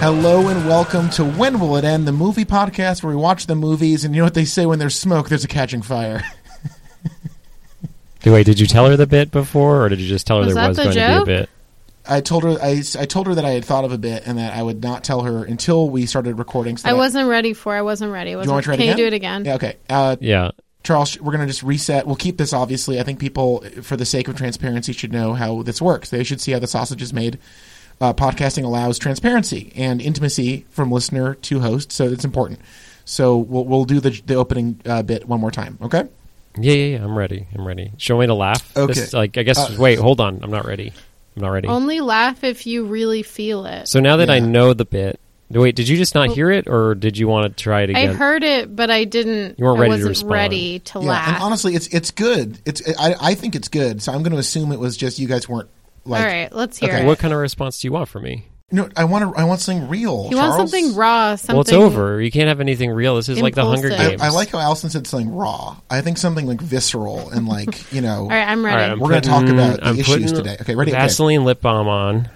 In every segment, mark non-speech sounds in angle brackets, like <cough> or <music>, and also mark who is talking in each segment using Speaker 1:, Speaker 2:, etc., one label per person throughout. Speaker 1: Hello and welcome to When Will It End, the movie podcast where we watch the movies, and you know what they say when there's smoke, there's a catching fire. <laughs>
Speaker 2: Wait, did you tell her the bit before, or did you just tell her
Speaker 3: Was
Speaker 2: there
Speaker 3: that
Speaker 2: was
Speaker 3: the
Speaker 2: going to
Speaker 3: joke?
Speaker 2: be a bit?
Speaker 1: I told her I, I told her that I had thought of a bit and that I would not tell her until we started recording. So
Speaker 3: I
Speaker 1: that-
Speaker 3: wasn't ready for. I wasn't ready. I
Speaker 1: You
Speaker 3: wasn't,
Speaker 1: want to try it
Speaker 3: can
Speaker 1: again?
Speaker 3: you do it again?
Speaker 1: Yeah, okay. Uh,
Speaker 2: Yeah.
Speaker 1: Charles, we're going to just reset. We'll keep this, obviously. I think people, for the sake of transparency, should know how this works. They should see how the sausage is made. Uh, podcasting allows transparency and intimacy from listener to host, so it's important. So we'll, we'll do the, the opening uh, bit one more time, okay?
Speaker 2: yeah, yeah, yeah. I'm ready. I'm ready. Show me to laugh.
Speaker 1: Okay.
Speaker 2: This- like, I guess.
Speaker 1: Uh,
Speaker 2: wait, hold on. I'm not ready. I'm not ready.
Speaker 3: Only laugh if you really feel it.
Speaker 2: so now that I
Speaker 1: Yeah.
Speaker 2: know the bit, wait, did you just not hear it, or did you want to try it
Speaker 3: Oh. I
Speaker 2: again?
Speaker 3: heard it, but I didn't.
Speaker 2: You weren't
Speaker 3: I
Speaker 2: ready to
Speaker 3: wasn't
Speaker 2: respond.
Speaker 3: ready to laugh.
Speaker 1: and honestly, it's it's good. It's I, I think it's good. So I'm going to assume it was just you guys weren't like.
Speaker 3: All right, let's hear
Speaker 2: okay.
Speaker 3: it.
Speaker 2: What kind of response do you want from me?
Speaker 1: No, I want to. I want something real.
Speaker 3: you want
Speaker 1: Charles.
Speaker 3: something raw? Something.
Speaker 2: well, it's over. You can't have anything real. This is like the Hunger
Speaker 3: Impulsive.
Speaker 2: Games.
Speaker 1: I, I like how Allison said something raw. I think something like visceral and like you know.
Speaker 3: <laughs> All right, I'm
Speaker 2: All
Speaker 3: ready.
Speaker 2: right, I'm
Speaker 1: We're gonna talk
Speaker 2: putting-
Speaker 1: about the
Speaker 2: I'm
Speaker 1: issues
Speaker 2: putting
Speaker 1: today. Okay, ready? Okay.
Speaker 2: Vaseline lip balm on.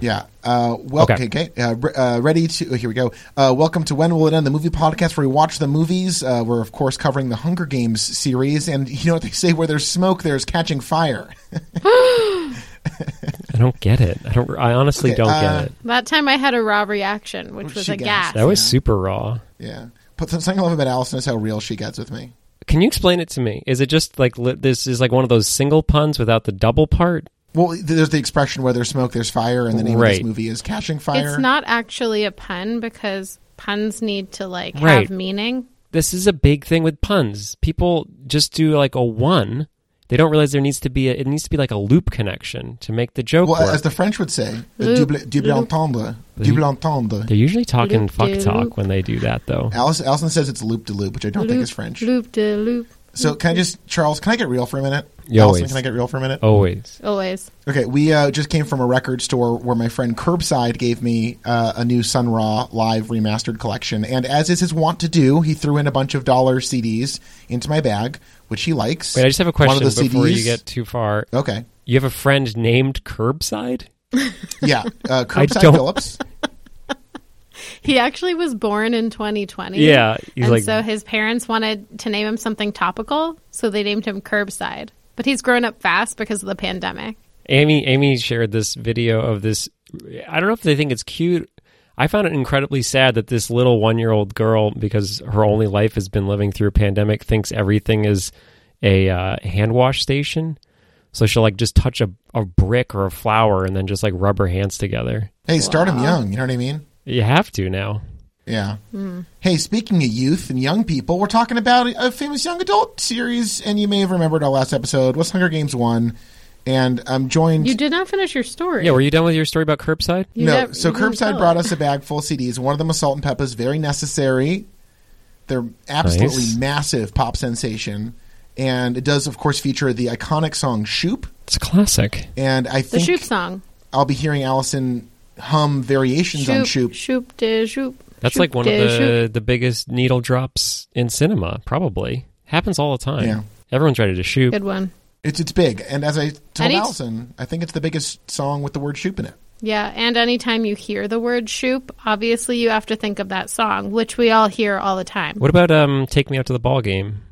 Speaker 1: Yeah. Uh, well, okay.
Speaker 2: Okay.
Speaker 1: okay, Uh, re- uh, ready to? oh, here we go. Uh, welcome to When Will It End, the movie podcast where we watch the movies. Uh, we're of course covering the Hunger Games series, and you know what they say: where there's smoke, there's catching fire. <laughs>
Speaker 2: I don't get it. I don't. I honestly
Speaker 1: Okay,
Speaker 2: don't
Speaker 1: uh,
Speaker 2: get it.
Speaker 3: That time I had a raw reaction, which
Speaker 1: What
Speaker 3: was
Speaker 1: she
Speaker 3: a
Speaker 1: gasped.
Speaker 3: gasp.
Speaker 2: That was super raw.
Speaker 1: yeah. But something I love about Allison is how real she gets with me.
Speaker 2: Can you explain it to me? Is it just like li- this is like one of those single puns without the double part?
Speaker 1: Well, th- there's the expression where there's smoke, there's fire, and the name of
Speaker 2: Right.
Speaker 1: this movie is Catching Fire.
Speaker 3: It's not actually a pun because puns need to like
Speaker 2: Right.
Speaker 3: have meaning.
Speaker 2: This is a big thing with puns. People just do like a one. They don't realize there needs to be a, it needs to be like a loop connection to make the joke
Speaker 1: well,
Speaker 2: work.
Speaker 1: as the French would say,
Speaker 3: Loop,
Speaker 1: double, double
Speaker 3: loop.
Speaker 1: entendre, double entendre.
Speaker 2: They're usually talking
Speaker 3: Loop
Speaker 2: fuck
Speaker 3: de
Speaker 2: talk
Speaker 3: loop.
Speaker 2: when they do that though.
Speaker 1: Allison, Allison says it's loop de loop, which I don't think is French.
Speaker 3: Loop de loop.
Speaker 1: So can I just, Charles? Can I get real for a minute?
Speaker 2: Yeah,
Speaker 1: Allison,
Speaker 2: always.
Speaker 1: can I get real for a minute?
Speaker 2: Always.
Speaker 3: Always.
Speaker 1: Okay, we uh, just came from a record store where my friend Curbside gave me uh, a new Sun Ra live remastered collection, and as is his wont to do, he threw in a bunch of dollar CDs into my bag, which he likes.
Speaker 2: Wait, I just have a
Speaker 1: One of
Speaker 2: question
Speaker 1: the
Speaker 2: before
Speaker 1: CDs
Speaker 2: you get too far.
Speaker 1: Okay,
Speaker 2: You have a friend named Curbside?
Speaker 1: yeah,
Speaker 2: <laughs>
Speaker 1: uh,
Speaker 2: I
Speaker 1: Curbside
Speaker 2: don't-
Speaker 1: Phillips.
Speaker 3: He actually was born in 2020.
Speaker 2: Yeah, he's
Speaker 3: and
Speaker 2: like-
Speaker 3: so his parents wanted to name him something topical, so they named him Curbside. But he's grown up fast because of the pandemic.
Speaker 2: Amy Amy shared this video of this I don't know if they think it's cute. I found it incredibly sad that this little 1-year-old girl because her only life has been living through a pandemic thinks everything is a uh, hand wash station. So she'll like just touch a, a brick or a flower and then just like rub her hands together.
Speaker 1: Hey, start him young. You know what I mean?
Speaker 2: You have to now.
Speaker 1: Yeah. Hey, speaking of youth and young people, we're talking about a famous young adult series, and you may have remembered our last episode was Hunger Games one, and I'm joined.
Speaker 3: You did not finish your story.
Speaker 2: Yeah, were you done with your story about curbside?
Speaker 3: You
Speaker 1: no,
Speaker 3: nev-
Speaker 1: so
Speaker 3: you didn't
Speaker 1: Curbside
Speaker 3: tell
Speaker 1: brought us a bag full of CDs. One of them was Salt and Peppa's, very necessary. They're absolutely
Speaker 2: Nice.
Speaker 1: massive pop sensation, and it does, of course, feature the iconic song "Shoop."
Speaker 2: It's a classic.
Speaker 1: And I
Speaker 3: the
Speaker 1: think
Speaker 3: Shoop song.
Speaker 1: I'll be hearing Allison hum variations on
Speaker 3: Shoop,
Speaker 1: "Shoop."
Speaker 3: shoop de shoop.
Speaker 2: That's
Speaker 3: Shoop
Speaker 2: like one of
Speaker 3: de shoop.
Speaker 2: the the biggest needle drops in cinema, probably. Happens all the time.
Speaker 1: Yeah.
Speaker 2: Everyone's ready to shoot.
Speaker 3: good one.
Speaker 1: It's it's big, and as I told
Speaker 3: need-
Speaker 1: Allison, I think it's the biggest song with the word "Shoop" in it.
Speaker 3: Yeah, and anytime you hear the word shoop, obviously you have to think of that song, which we all hear all the time.
Speaker 2: What about um take me out to the ball game?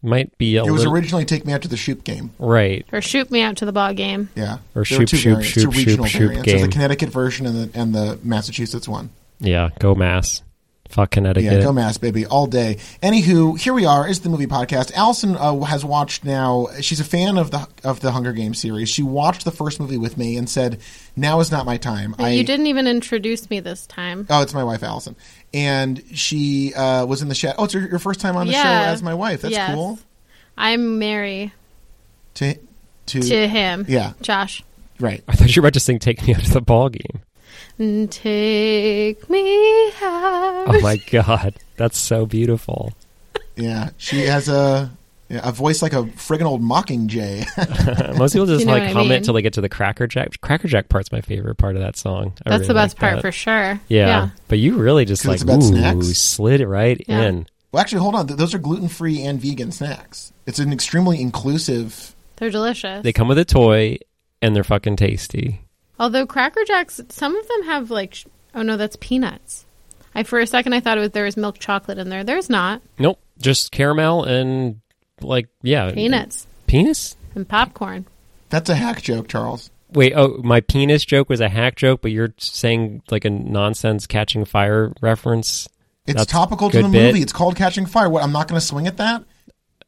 Speaker 2: Might be a
Speaker 1: It was
Speaker 2: little
Speaker 1: originally "Take Me Out to the Shoop" game.
Speaker 2: right.
Speaker 3: Or shoot me out to the ball game.
Speaker 1: Yeah,
Speaker 2: Or
Speaker 1: There were
Speaker 2: Shoop,
Speaker 1: two
Speaker 2: Shoop,
Speaker 1: variants, two
Speaker 2: Shoop, Shoop,
Speaker 1: regional
Speaker 2: Shoop
Speaker 1: variants. There's
Speaker 2: game.
Speaker 1: the Connecticut version and the and the Massachusetts one.
Speaker 2: Yeah, go mass. Fuck Connecticut. <laughs>
Speaker 1: Yeah, go mass, baby, all day. Anywho, here we are. It's the movie podcast. Allison uh, has watched now. She's a fan of the of the Hunger Games series. She watched the first movie with me and said, "Now is not my time." I
Speaker 3: you didn't even introduce me this time.
Speaker 1: Oh, it's my wife, Allison, and she uh, was in the show. Oh, it's your, your first time on the show
Speaker 3: Yeah.
Speaker 1: as my wife. That's
Speaker 3: Yes.
Speaker 1: cool.
Speaker 3: I'm Mary
Speaker 1: To to,
Speaker 3: to him.
Speaker 1: yeah,
Speaker 3: Josh.
Speaker 1: right.
Speaker 2: I thought you were about to sing take me out to the ball game.
Speaker 3: And Take me out.
Speaker 1: <laughs>
Speaker 2: Oh my god. That's so beautiful.
Speaker 1: Yeah, she has a yeah, a voice like a friggin' old mockingjay. <laughs>
Speaker 2: Uh, Most people just
Speaker 3: <laughs> You know
Speaker 2: like
Speaker 3: what I
Speaker 2: hum it
Speaker 3: mean.
Speaker 2: till they get to the Cracker Jack. Cracker Jack part's my favorite part of that song. I
Speaker 3: That's
Speaker 2: really
Speaker 3: the best
Speaker 2: like
Speaker 3: part
Speaker 2: that.
Speaker 3: for sure.
Speaker 2: Yeah. But you really just
Speaker 1: 'Cause
Speaker 2: like
Speaker 1: it's about
Speaker 2: ooh,
Speaker 1: snacks.
Speaker 2: slid it right
Speaker 3: Yeah.
Speaker 2: in.
Speaker 1: well, actually, hold on. Th- Those are gluten free and vegan snacks. It's an extremely inclusive.
Speaker 3: They're delicious.
Speaker 2: They come with a toy and they're fucking tasty.
Speaker 3: Although Cracker Jacks, some of them have like sh- Oh no, that's peanuts. I for a second I thought it was there was milk chocolate in there. There's not.
Speaker 2: Nope, just caramel and like yeah,
Speaker 3: Peanuts
Speaker 2: Penis?
Speaker 3: and popcorn.
Speaker 1: That's a hack joke, Charles.
Speaker 2: Wait, oh, my penis joke was a hack joke, but you're saying like a nonsense catching fire reference.
Speaker 1: It's
Speaker 2: That's
Speaker 1: topical to
Speaker 2: good
Speaker 1: the
Speaker 2: bit.
Speaker 1: movie. It's called Catching Fire. What? I'm not going to swing at that.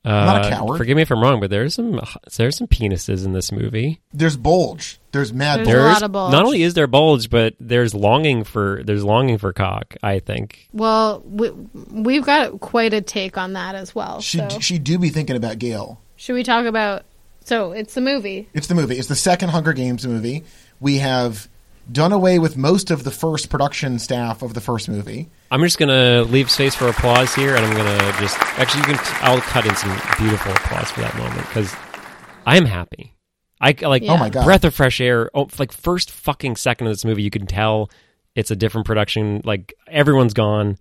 Speaker 2: Uh,
Speaker 1: not a coward.
Speaker 2: Forgive me if I'm wrong, but there's some there's some penises in this movie.
Speaker 1: There's bulge. There's mad.
Speaker 3: There's
Speaker 1: bulge.
Speaker 3: a
Speaker 2: There's
Speaker 3: lot of bulge.
Speaker 2: not only is there bulge, but there's longing for there's longing for cock. I think
Speaker 3: Well, we, we've got quite a take on that as well.
Speaker 1: She
Speaker 3: so.
Speaker 1: she do be thinking about Gail.
Speaker 3: Should we talk about? So it's the movie.
Speaker 1: It's the movie. It's the second Hunger Games movie. We have done away with most of the first production staff of the first movie.
Speaker 2: I'm just gonna leave space for applause here, and I'm gonna just actually you can I'll cut in some beautiful applause for that moment because I'm happy. I like
Speaker 3: Yeah. Oh my
Speaker 1: God.
Speaker 2: breath of fresh air. Oh, like first fucking second of this movie, you can tell it's a different production. Like everyone's gone.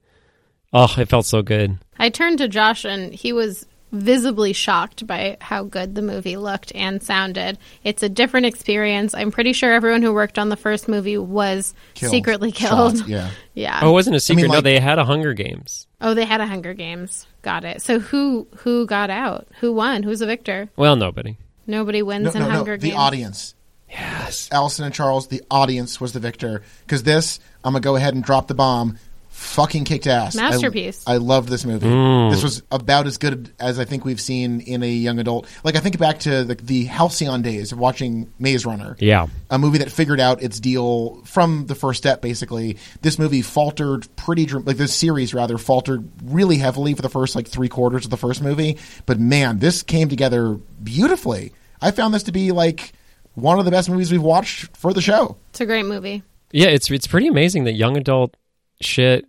Speaker 2: Oh, it felt so good.
Speaker 3: I turned to Josh and he was visibly shocked by how good the movie looked and sounded. It's a different experience. I'm pretty sure everyone who worked on the first movie was
Speaker 1: Killed.
Speaker 3: secretly
Speaker 1: Shot.
Speaker 3: killed.
Speaker 1: Yeah.
Speaker 3: <laughs> Yeah.
Speaker 2: Oh, it wasn't a secret. no,
Speaker 1: like-
Speaker 2: they had a Hunger Games.
Speaker 3: Oh, they had a Hunger Games. Got it. So who who got out? Who won? Who's the victor?
Speaker 2: Well, nobody.
Speaker 3: Nobody wins
Speaker 1: No,
Speaker 3: in
Speaker 1: no, no.
Speaker 3: Hunger
Speaker 1: The
Speaker 3: Games.
Speaker 1: audience.
Speaker 2: Yes.
Speaker 1: Allison and Charles, the audience was the victor. Because this, I'm gonna go ahead and drop the bomb. Fucking kicked ass. I-
Speaker 3: Masterpiece.
Speaker 1: I, love this movie.
Speaker 2: Mm.
Speaker 1: This was about as good as I think we've seen in a young adult. Like I think back to the, the halcyon days of watching Maze Runner.
Speaker 2: Yeah.
Speaker 1: a movie that figured out its deal from the first step. Basically, this movie faltered pretty dr- like this series rather faltered really heavily for the first like three quarters of the first movie. But man, this came together beautifully. I found this to be like one of the best movies we've watched for the show.
Speaker 3: It's a great movie.
Speaker 2: Yeah, it's it's pretty amazing that young adult shit.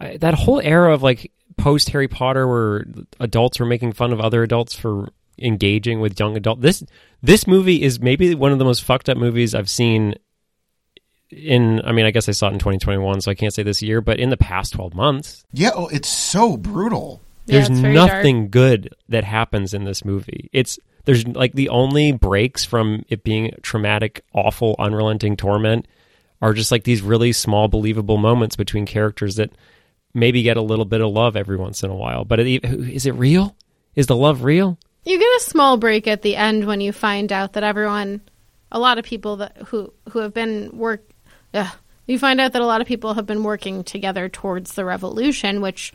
Speaker 2: I, that whole era of like post Harry Potter, where adults were making fun of other adults for engaging with young adult. This this movie is maybe one of the most fucked up movies I've seen. In I mean, I guess I saw it in 2021, so I can't say this year, but in the past 12 months,
Speaker 1: Yeah, oh, it's so brutal.
Speaker 3: Yeah,
Speaker 2: there's
Speaker 3: it's very
Speaker 2: nothing good that happens in this movie. It's there's like the only breaks from it being traumatic, awful, unrelenting torment are just like these really small, believable moments between characters that maybe get a little bit of love every once in a while. But it, is it real? Is the love real?
Speaker 3: You get a small break at the end when you find out that everyone, a lot of people that who who have been work, ugh, you find out that a lot of people have been working together towards the revolution, which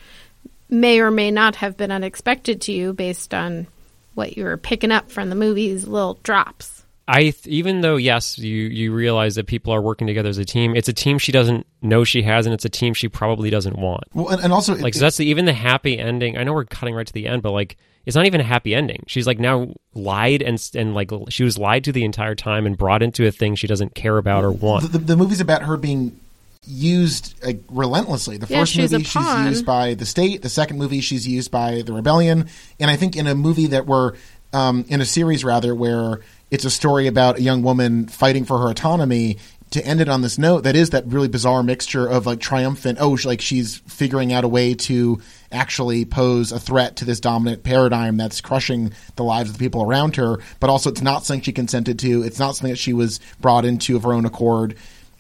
Speaker 3: may or may not have been unexpected to you based on what you were picking up from the movies, little drops.
Speaker 2: I th- even though yes, you you realize that people are working together as a team. It's a team she doesn't know she has, and it's a team she probably doesn't want.
Speaker 1: Well, and, and also it-
Speaker 2: Like so that's the, even the happy ending. I know we're cutting right to the end, but like it's not even a happy ending. She's like now lied and s- and like l- she was lied to the entire time and brought into a thing she doesn't care about or want.
Speaker 1: the, the, the movie's about her being used uh, relentlessly. The
Speaker 3: Yeah,
Speaker 1: first
Speaker 3: she's a
Speaker 1: movie she's
Speaker 3: pawn.
Speaker 1: used by the state. The second movie she's used by the rebellion. And I think in a movie that we're um, in a series rather where it's a story about a young woman fighting for her autonomy. To end it on this note, that is that really bizarre mixture of like triumphant. Oh, she, like she's figuring out a way to actually pose a threat to this dominant paradigm that's crushing the lives of the people around her. But also, it's not something she consented to. It's not something that she was brought into of her own accord.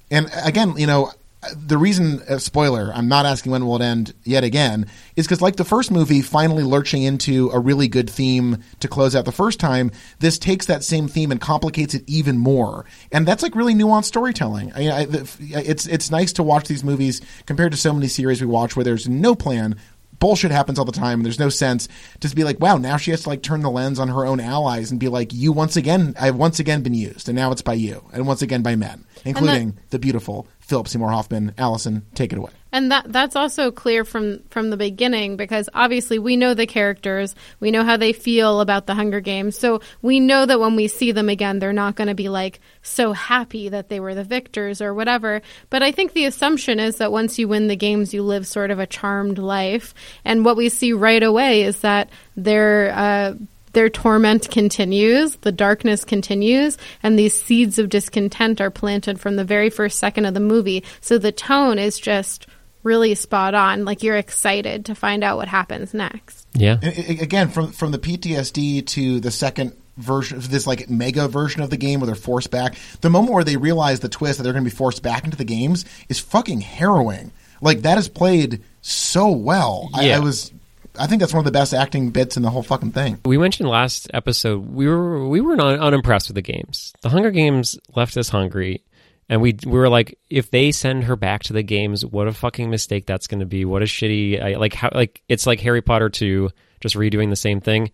Speaker 1: And again, you know, the reason uh, spoiler, I'm not asking when will it end yet again, is because like the first movie, finally lurching into a really good theme to close out the first time, this takes that same theme and complicates it even more, and that's like really nuanced storytelling. I, I, the- it's it's nice to watch these movies compared to so many series we watch where there's no plan. Bullshit happens all the time, and there's no sense just be like, wow, now she has to like turn the lens on her own allies and be like, you once again, I've once again been used, and now it's by you, and once again by men, including the beautiful Philip Seymour Hoffman. Allison, take it away.
Speaker 3: And that that's also clear from from the beginning because obviously we know the characters, we know how they feel about the Hunger Games. So we know that when we see them again, they're not going to be like so happy that they were the victors or whatever. But I think the assumption is that once you win the games, you live sort of a charmed life. And what we see right away is that they're uh their torment continues, the darkness continues, and these seeds of discontent are planted from the very first second of the movie. So the tone is just really spot on. Like you're excited to find out what happens next.
Speaker 2: yeah,
Speaker 1: And, a- a- again, from from the PTSD to the second version, this like mega version of the game where they're forced back. The moment where they realize the twist that they're going to be forced back into the games is fucking harrowing. Like that is played so well. I,
Speaker 2: Yeah.
Speaker 1: I was, I think that's one of the best acting bits in the whole fucking thing.
Speaker 2: We mentioned last episode we were we were not unimpressed with the games. The Hunger Games left us hungry, and we we were like, if they send her back to the games, what a fucking mistake that's going to be. What a shitty I, like how like it's like Harry Potter two, just redoing the same thing.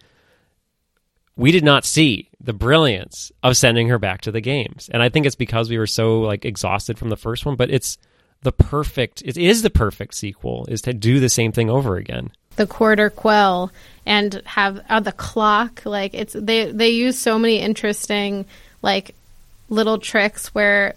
Speaker 2: We did not see the brilliance of sending her back to the games, and I think it's because we were so like exhausted from the first one. But it's the perfect. It is the perfect sequel. Is to do the same thing over again.
Speaker 3: the quarter quell and have uh, the clock like it's they they use so many interesting like little tricks where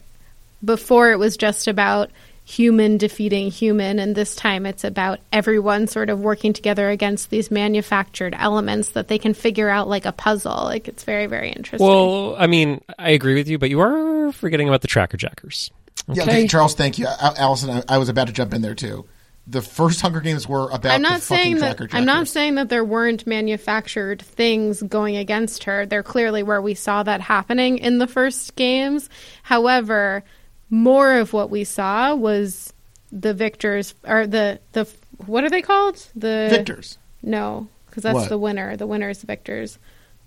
Speaker 3: before it was just about human defeating human and this time it's about everyone sort of working together against these manufactured elements that they can figure out like a puzzle like it's very very interesting
Speaker 2: Well, I mean, I agree with you, but you are forgetting about the Tracker Jackers.
Speaker 1: Yeah, okay, Charles, thank you, I, Allison. I, I was about to jump in there too. The first Hunger Games were about.
Speaker 3: I'm
Speaker 1: the
Speaker 3: not
Speaker 1: fucking
Speaker 3: saying that
Speaker 1: tracker
Speaker 3: I'm not
Speaker 1: trackers.
Speaker 3: saying that there weren't manufactured things going against her. There clearly where we saw that happening in the first games. However, more of what we saw was the victors or the the what are they called? The
Speaker 1: victors.
Speaker 3: No, because that's
Speaker 1: What?
Speaker 3: the winner. The winner is the victors.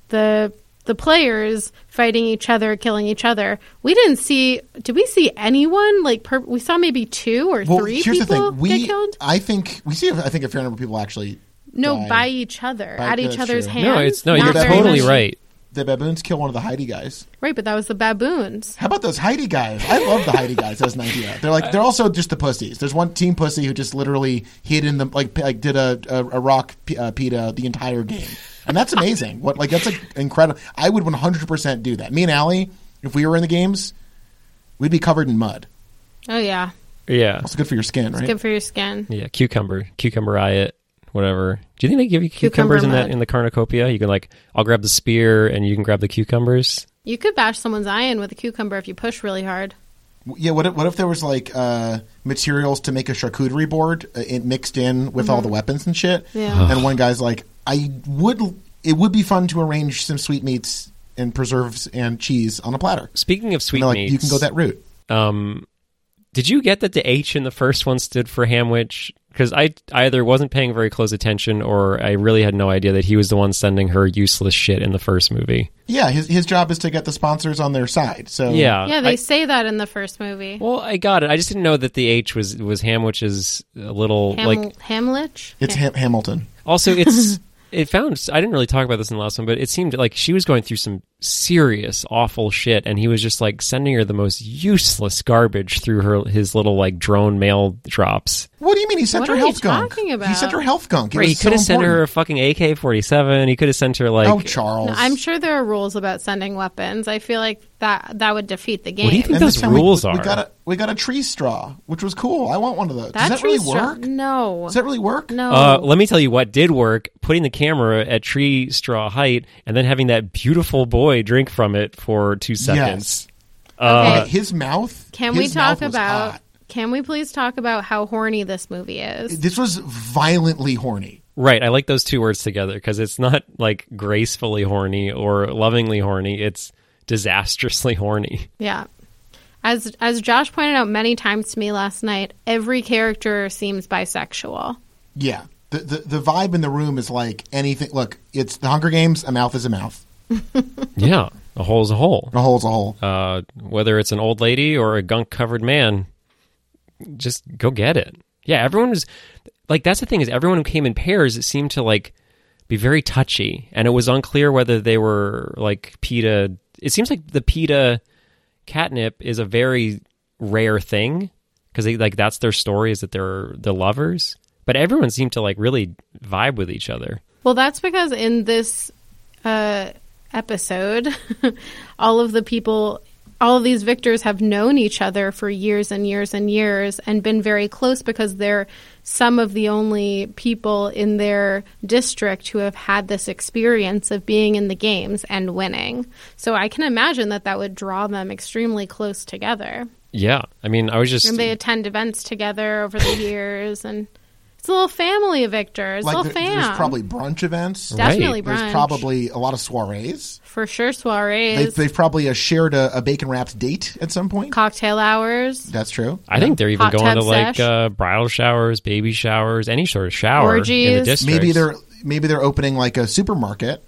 Speaker 3: The the players fighting each other, killing each other. We didn't see. Did we see anyone? Like per, we saw maybe two or
Speaker 1: Well,
Speaker 3: three
Speaker 1: here's the
Speaker 3: people
Speaker 1: thing. We,
Speaker 3: get killed.
Speaker 1: I think we see. I think a fair number of people actually.
Speaker 3: No,
Speaker 1: die.
Speaker 3: by each other,
Speaker 1: By-
Speaker 3: at
Speaker 1: yeah,
Speaker 3: each
Speaker 1: that's
Speaker 3: other's
Speaker 1: true.
Speaker 3: hands.
Speaker 2: No, it's no,
Speaker 3: Not
Speaker 2: you're
Speaker 3: very
Speaker 2: totally
Speaker 3: much-
Speaker 2: right.
Speaker 1: The baboons kill one of the Heidi guys.
Speaker 3: Right, but that was the baboons.
Speaker 1: How about those Heidi guys? I love the Heidi guys as an idea. They're like they're also just the pussies. There's one team pussy who just literally hid in the like p- like did a a, a rock p- uh, pita the entire game, and that's amazing. What like that's like incredible. I would 100 percent do that. Me and Allie, if we were in the games, we'd be covered in mud.
Speaker 3: Oh yeah,
Speaker 2: Yeah,
Speaker 1: That's good for your skin, right?
Speaker 3: good for your skin.
Speaker 2: yeah, cucumber, cucumber riot, whatever. Do you think they give you
Speaker 3: Cucumber
Speaker 2: cucumbers in that
Speaker 3: mud.
Speaker 2: in the cornucopia? You can like, I'll grab the spear, and you can grab the cucumbers.
Speaker 3: You could bash someone's eye in with a cucumber if you push really hard.
Speaker 1: Yeah. What if, what if there was like uh, materials to make a charcuterie board uh, it mixed in with all the weapons and shit?
Speaker 3: Mm-hmm. Yeah.
Speaker 1: And one guy's like, I would. It would be fun to arrange some sweetmeats and preserves and cheese on a platter.
Speaker 2: Speaking of
Speaker 1: And
Speaker 2: sweet
Speaker 1: they're like, you can go that route.
Speaker 2: Um, did you get that the H in the first one stood for Hamwich? Because I I either wasn't paying very close attention, or I really had no idea that he was the one sending her useless shit in the first movie.
Speaker 1: Yeah, his his job is to get the sponsors on their side. So
Speaker 2: Yeah,
Speaker 3: yeah, they
Speaker 2: Uh, I-
Speaker 3: say that in the first movie.
Speaker 2: Well, I got it. I just didn't know that the H was was Hamwich's uh, little
Speaker 3: Ham-
Speaker 2: like.
Speaker 3: Hamlich.
Speaker 1: it's Ham- Hamilton.
Speaker 2: Also, it's it found. I didn't really talk about this in the last one, but it seemed like she was going through some serious awful shit, and he was just like sending her the most useless garbage through her his little like drone mail drops.
Speaker 1: What do you mean he sent
Speaker 3: What
Speaker 1: her
Speaker 3: are you
Speaker 1: health gunk?
Speaker 3: talking about?
Speaker 1: He sent her health gunk. It
Speaker 2: Right,
Speaker 1: was
Speaker 2: he
Speaker 1: so
Speaker 2: could have sent her a
Speaker 1: important.
Speaker 2: fucking AK forty seven. He could have sent her like.
Speaker 1: oh, Charles.
Speaker 3: No, I'm sure there are rules about sending weapons. I feel like that that would defeat the game.
Speaker 2: What do you think
Speaker 1: And this
Speaker 2: those
Speaker 1: time we-
Speaker 2: rules
Speaker 1: we,
Speaker 2: are?
Speaker 1: We got a we got a tree straw, which was cool. I want one of those.
Speaker 3: that
Speaker 1: Does that really
Speaker 3: tree's strong-
Speaker 1: work?
Speaker 3: No,
Speaker 1: Does that really work?
Speaker 3: no.
Speaker 2: Uh, let me tell you what did work: putting the camera at tree straw height, and then having that beautiful boy drink from it for two seconds.
Speaker 1: Like,
Speaker 2: Uh,
Speaker 3: okay.
Speaker 1: his mouth.
Speaker 3: Can
Speaker 1: his
Speaker 3: we
Speaker 1: mouth
Speaker 3: talk
Speaker 1: was
Speaker 3: about?
Speaker 1: hot.
Speaker 3: Can we please talk about how horny this movie is?
Speaker 1: This was violently horny.
Speaker 2: Right, I like those two words together because it's not like gracefully horny or lovingly horny. It's disastrously horny.
Speaker 3: Yeah. As as Josh pointed out many times to me last night, every character seems bisexual.
Speaker 1: Yeah. The, the the vibe in the room is like anything. Look, it's the Hunger Games. A mouth is a mouth.
Speaker 2: Yeah, a hole's a hole.
Speaker 1: A hole's a hole.
Speaker 2: Uh, whether it's an old lady or a gunk covered man, just go get it. Yeah, everyone was like that's the thing is everyone who came in pairs it seemed to like be very touchy, and it was unclear whether they were like PETA. It seems like the PETA catnip is a very rare thing because they like that's their story is that they're the lovers, but everyone seemed to like really vibe with each other.
Speaker 3: Well, that's because in this uh, episode, <laughs> all of the people, all of these victors have known each other for years and years and years and been very close because they're some of the only people in their district who have had this experience of being in the games and winning. So I can imagine that that would draw them extremely close together.
Speaker 2: Yeah, I mean, I was just
Speaker 3: And they attend events together over the years and it's a little family of Victor. It's a
Speaker 1: Like
Speaker 3: little
Speaker 1: there-
Speaker 3: fam.
Speaker 1: there's probably brunch events.
Speaker 3: Definitely brunch.
Speaker 1: There's probably a lot of soirees.
Speaker 3: for sure
Speaker 1: They've,
Speaker 3: soirees,
Speaker 1: they've probably uh, shared a, a bacon wrapped date at some point.
Speaker 3: cocktail hours,
Speaker 1: That's true.
Speaker 2: I think they're even
Speaker 3: Hot
Speaker 2: going
Speaker 3: tub
Speaker 2: to like
Speaker 3: sesh.
Speaker 2: uh, bridal showers, baby showers, any sort of shower in the
Speaker 3: Orgies.
Speaker 2: district.
Speaker 1: Maybe they're maybe they're opening like a supermarket.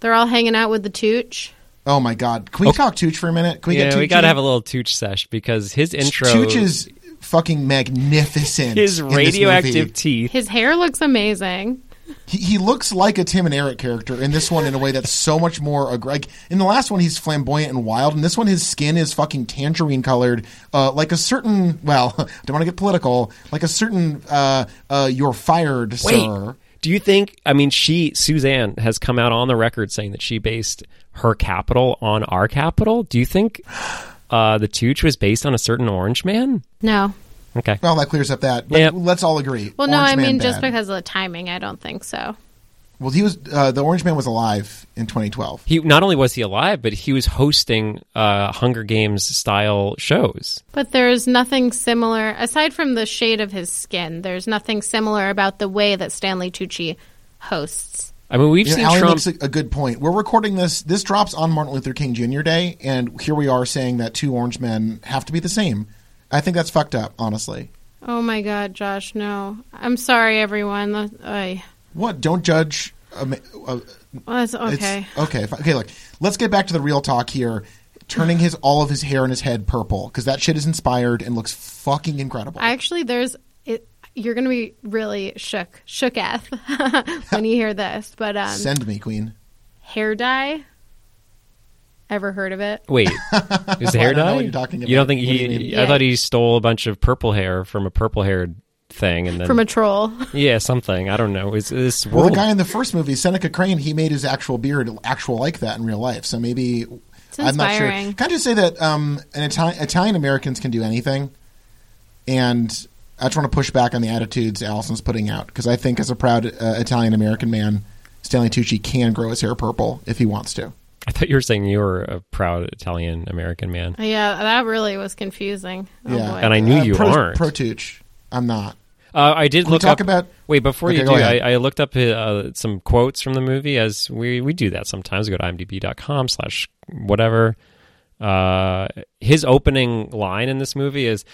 Speaker 3: they're all hanging out with the Tooch.
Speaker 1: Oh my God! Can we talk Tooch for a minute? Can we get
Speaker 2: yeah,
Speaker 1: Tooch
Speaker 2: we gotta
Speaker 1: in?
Speaker 2: have a little Tooch sesh because his intro,
Speaker 1: Tooch is fucking magnificent.
Speaker 2: his
Speaker 1: in this
Speaker 2: radioactive
Speaker 1: movie.
Speaker 2: teeth.
Speaker 3: His hair looks amazing.
Speaker 1: He, he looks like a Tim and Eric character in this one in a way that's so much more. Ag- like in the last one, he's flamboyant and wild. In this one, his skin is fucking tangerine colored, uh, like a certain. Well, <laughs> I don't want to get political. Like a certain. Uh, uh, you're fired, sir.
Speaker 2: Do you think? I mean, she Suzanne has come out on the record saying that she based her capital on our capital. Do you think <gasps> uh, the Tooch was based on a certain Orange Man?
Speaker 3: No.
Speaker 2: Okay,
Speaker 1: Well, that clears up that. But
Speaker 2: Yep.
Speaker 1: let's all agree.
Speaker 3: Well, no,
Speaker 1: Orange
Speaker 3: I
Speaker 1: Man
Speaker 3: mean just
Speaker 1: bad.
Speaker 3: because of the timing, I don't think so.
Speaker 1: Well, he was uh, the Orange Man was alive in 2012.
Speaker 2: he not only was he alive, but he was hosting uh, Hunger Games style shows.
Speaker 3: But there is nothing similar aside from the shade of his skin. There's nothing similar about the way that Stanley Tucci hosts.
Speaker 2: I mean, we've
Speaker 1: You know,
Speaker 2: seen
Speaker 1: Alan
Speaker 2: Trump.
Speaker 1: makes a, a good point. We're recording this. This drops on Martin Luther King Jr. Day, and here we are saying that two orange men have to be the same. I think that's fucked up, honestly.
Speaker 3: Oh my God, Josh! No, I'm sorry, everyone. That- I-
Speaker 1: What? Don't judge. Um, uh,
Speaker 3: well, that's
Speaker 1: it's,
Speaker 3: okay.
Speaker 1: Okay. fi- Okay. Look, let's get back to the real talk here. Turning his all of his hair in his head purple because that shit is inspired and looks fucking incredible.
Speaker 3: Actually, there's it, you're gonna be really shook, shooketh <laughs> when you hear this. But um,
Speaker 1: Send me, Queen.
Speaker 3: hair dye. Ever heard of it?
Speaker 1: <laughs>
Speaker 2: Wait, is the hair
Speaker 1: I don't know
Speaker 2: dye?
Speaker 1: what you're talking
Speaker 2: You don't
Speaker 1: about.
Speaker 2: think
Speaker 1: What do
Speaker 2: he?
Speaker 1: you mean?
Speaker 2: I
Speaker 3: Yeah.
Speaker 2: thought he stole a bunch of purple hair from a purple haired thing, and then
Speaker 3: From a troll. <laughs>
Speaker 2: yeah, something I don't know. Is this
Speaker 1: Well,
Speaker 2: world?
Speaker 1: the guy in the first movie, Seneca Crane, he made his actual beard actual like that in real life. So maybe I'm not sure.
Speaker 3: inspiring.
Speaker 1: Can I just say that um, an Italian Italian Americans can do anything, and I just want to push back on the attitudes Allison's putting out because I think as a proud uh, Italian American man, Stanley Tucci can grow his hair purple if he wants to.
Speaker 2: I thought you were saying you were a proud Italian American man.
Speaker 3: yeah, that really was confusing. Oh
Speaker 1: Yeah.
Speaker 3: boy.
Speaker 2: And I knew you
Speaker 1: Uh, pro,
Speaker 2: aren't.
Speaker 1: pro Tucci. I'm not.
Speaker 2: Uh, I did
Speaker 1: Can we
Speaker 2: look
Speaker 1: talk
Speaker 2: up.
Speaker 1: about-
Speaker 2: wait, before you
Speaker 1: Okay, go
Speaker 2: do, I,
Speaker 1: ahead.
Speaker 2: I looked up uh, some quotes from the movie. As we we do that sometimes, we go to imdb.com slash whatever. Uh, his opening line in this movie is,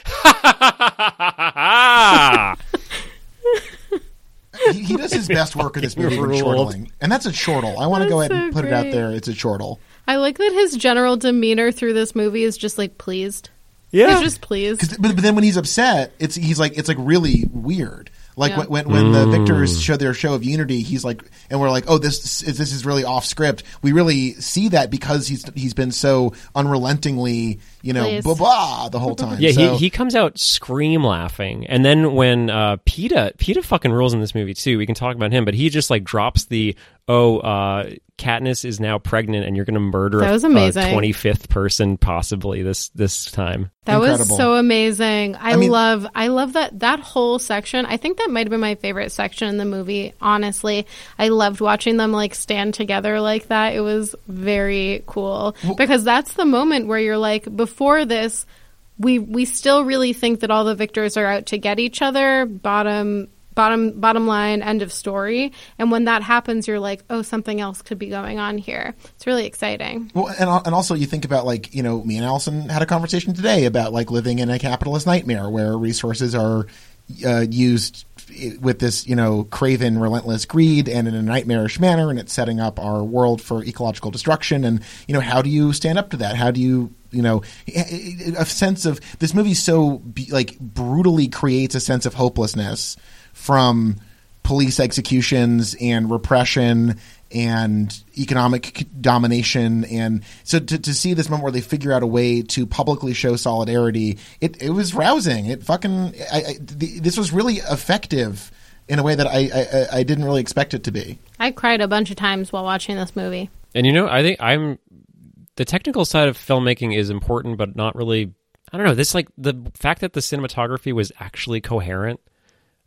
Speaker 1: He, he does his best work in
Speaker 2: <laughs>
Speaker 1: this movie with
Speaker 2: Ruled.
Speaker 1: chortling, and that's a chortle. I want to go ahead
Speaker 3: That's
Speaker 1: and
Speaker 3: so
Speaker 1: put it out
Speaker 3: great.
Speaker 1: there. It's a chortle.
Speaker 3: I like that his general demeanor through this movie is just like pleased.
Speaker 2: Yeah.
Speaker 3: He's just pleased.
Speaker 1: 'Cause- but, but then when he's upset, it's he's like it's like really weird. Like
Speaker 3: Yeah.
Speaker 1: when when, when
Speaker 2: Mm.
Speaker 1: the victors show their show of unity, he's like, and we're like, oh, this is, this is really off script. We really see that because he's he's been so unrelentingly, you know,
Speaker 3: Please.
Speaker 1: blah blah the whole
Speaker 3: <laughs>
Speaker 1: time.
Speaker 2: Yeah,
Speaker 1: So-
Speaker 2: he, he comes out scream laughing, and then when uh, Peta Peta fucking rules in this movie too. We can talk about him, but he just like drops the oh, uh, Katniss is now pregnant, and you're going to murder
Speaker 3: That was amazing.
Speaker 2: a twenty fifth person possibly this this time.
Speaker 3: That
Speaker 1: Incredible.
Speaker 3: was so amazing. I,
Speaker 1: I mean-
Speaker 3: love I love that that whole section. I think that might have been my favorite section in the movie, honestly. I loved watching them like stand together like that. It was very cool because that's the moment where you're like before this we we still really think that all the victors are out to get each other. Bottom bottom bottom line end of story. And when that happens you're like, "Oh, something else could be going on here." It's really exciting.
Speaker 1: Well, and, al- and also you think about like you know me and Allison had a conversation today about like living in a capitalist nightmare where resources are uh, used i- with this you know craven relentless greed and in a nightmarish manner and it's setting up our world for ecological destruction and you know how do you stand up to that how do you you know i- i- a sense of this movie so be- like brutally creates a sense of hopelessness from police executions and repression and economic c- domination and so to, to see this moment where they figure out a way to publicly show solidarity it, it was rousing it fucking I, I, th- this was really effective in a way that I, I- I, I didn't really expect it to be
Speaker 3: I cried a bunch of times while watching this movie.
Speaker 2: And you know, I think I'm the technical side of filmmaking is important, but not really. I don't know. This like the fact that the cinematography was actually coherent,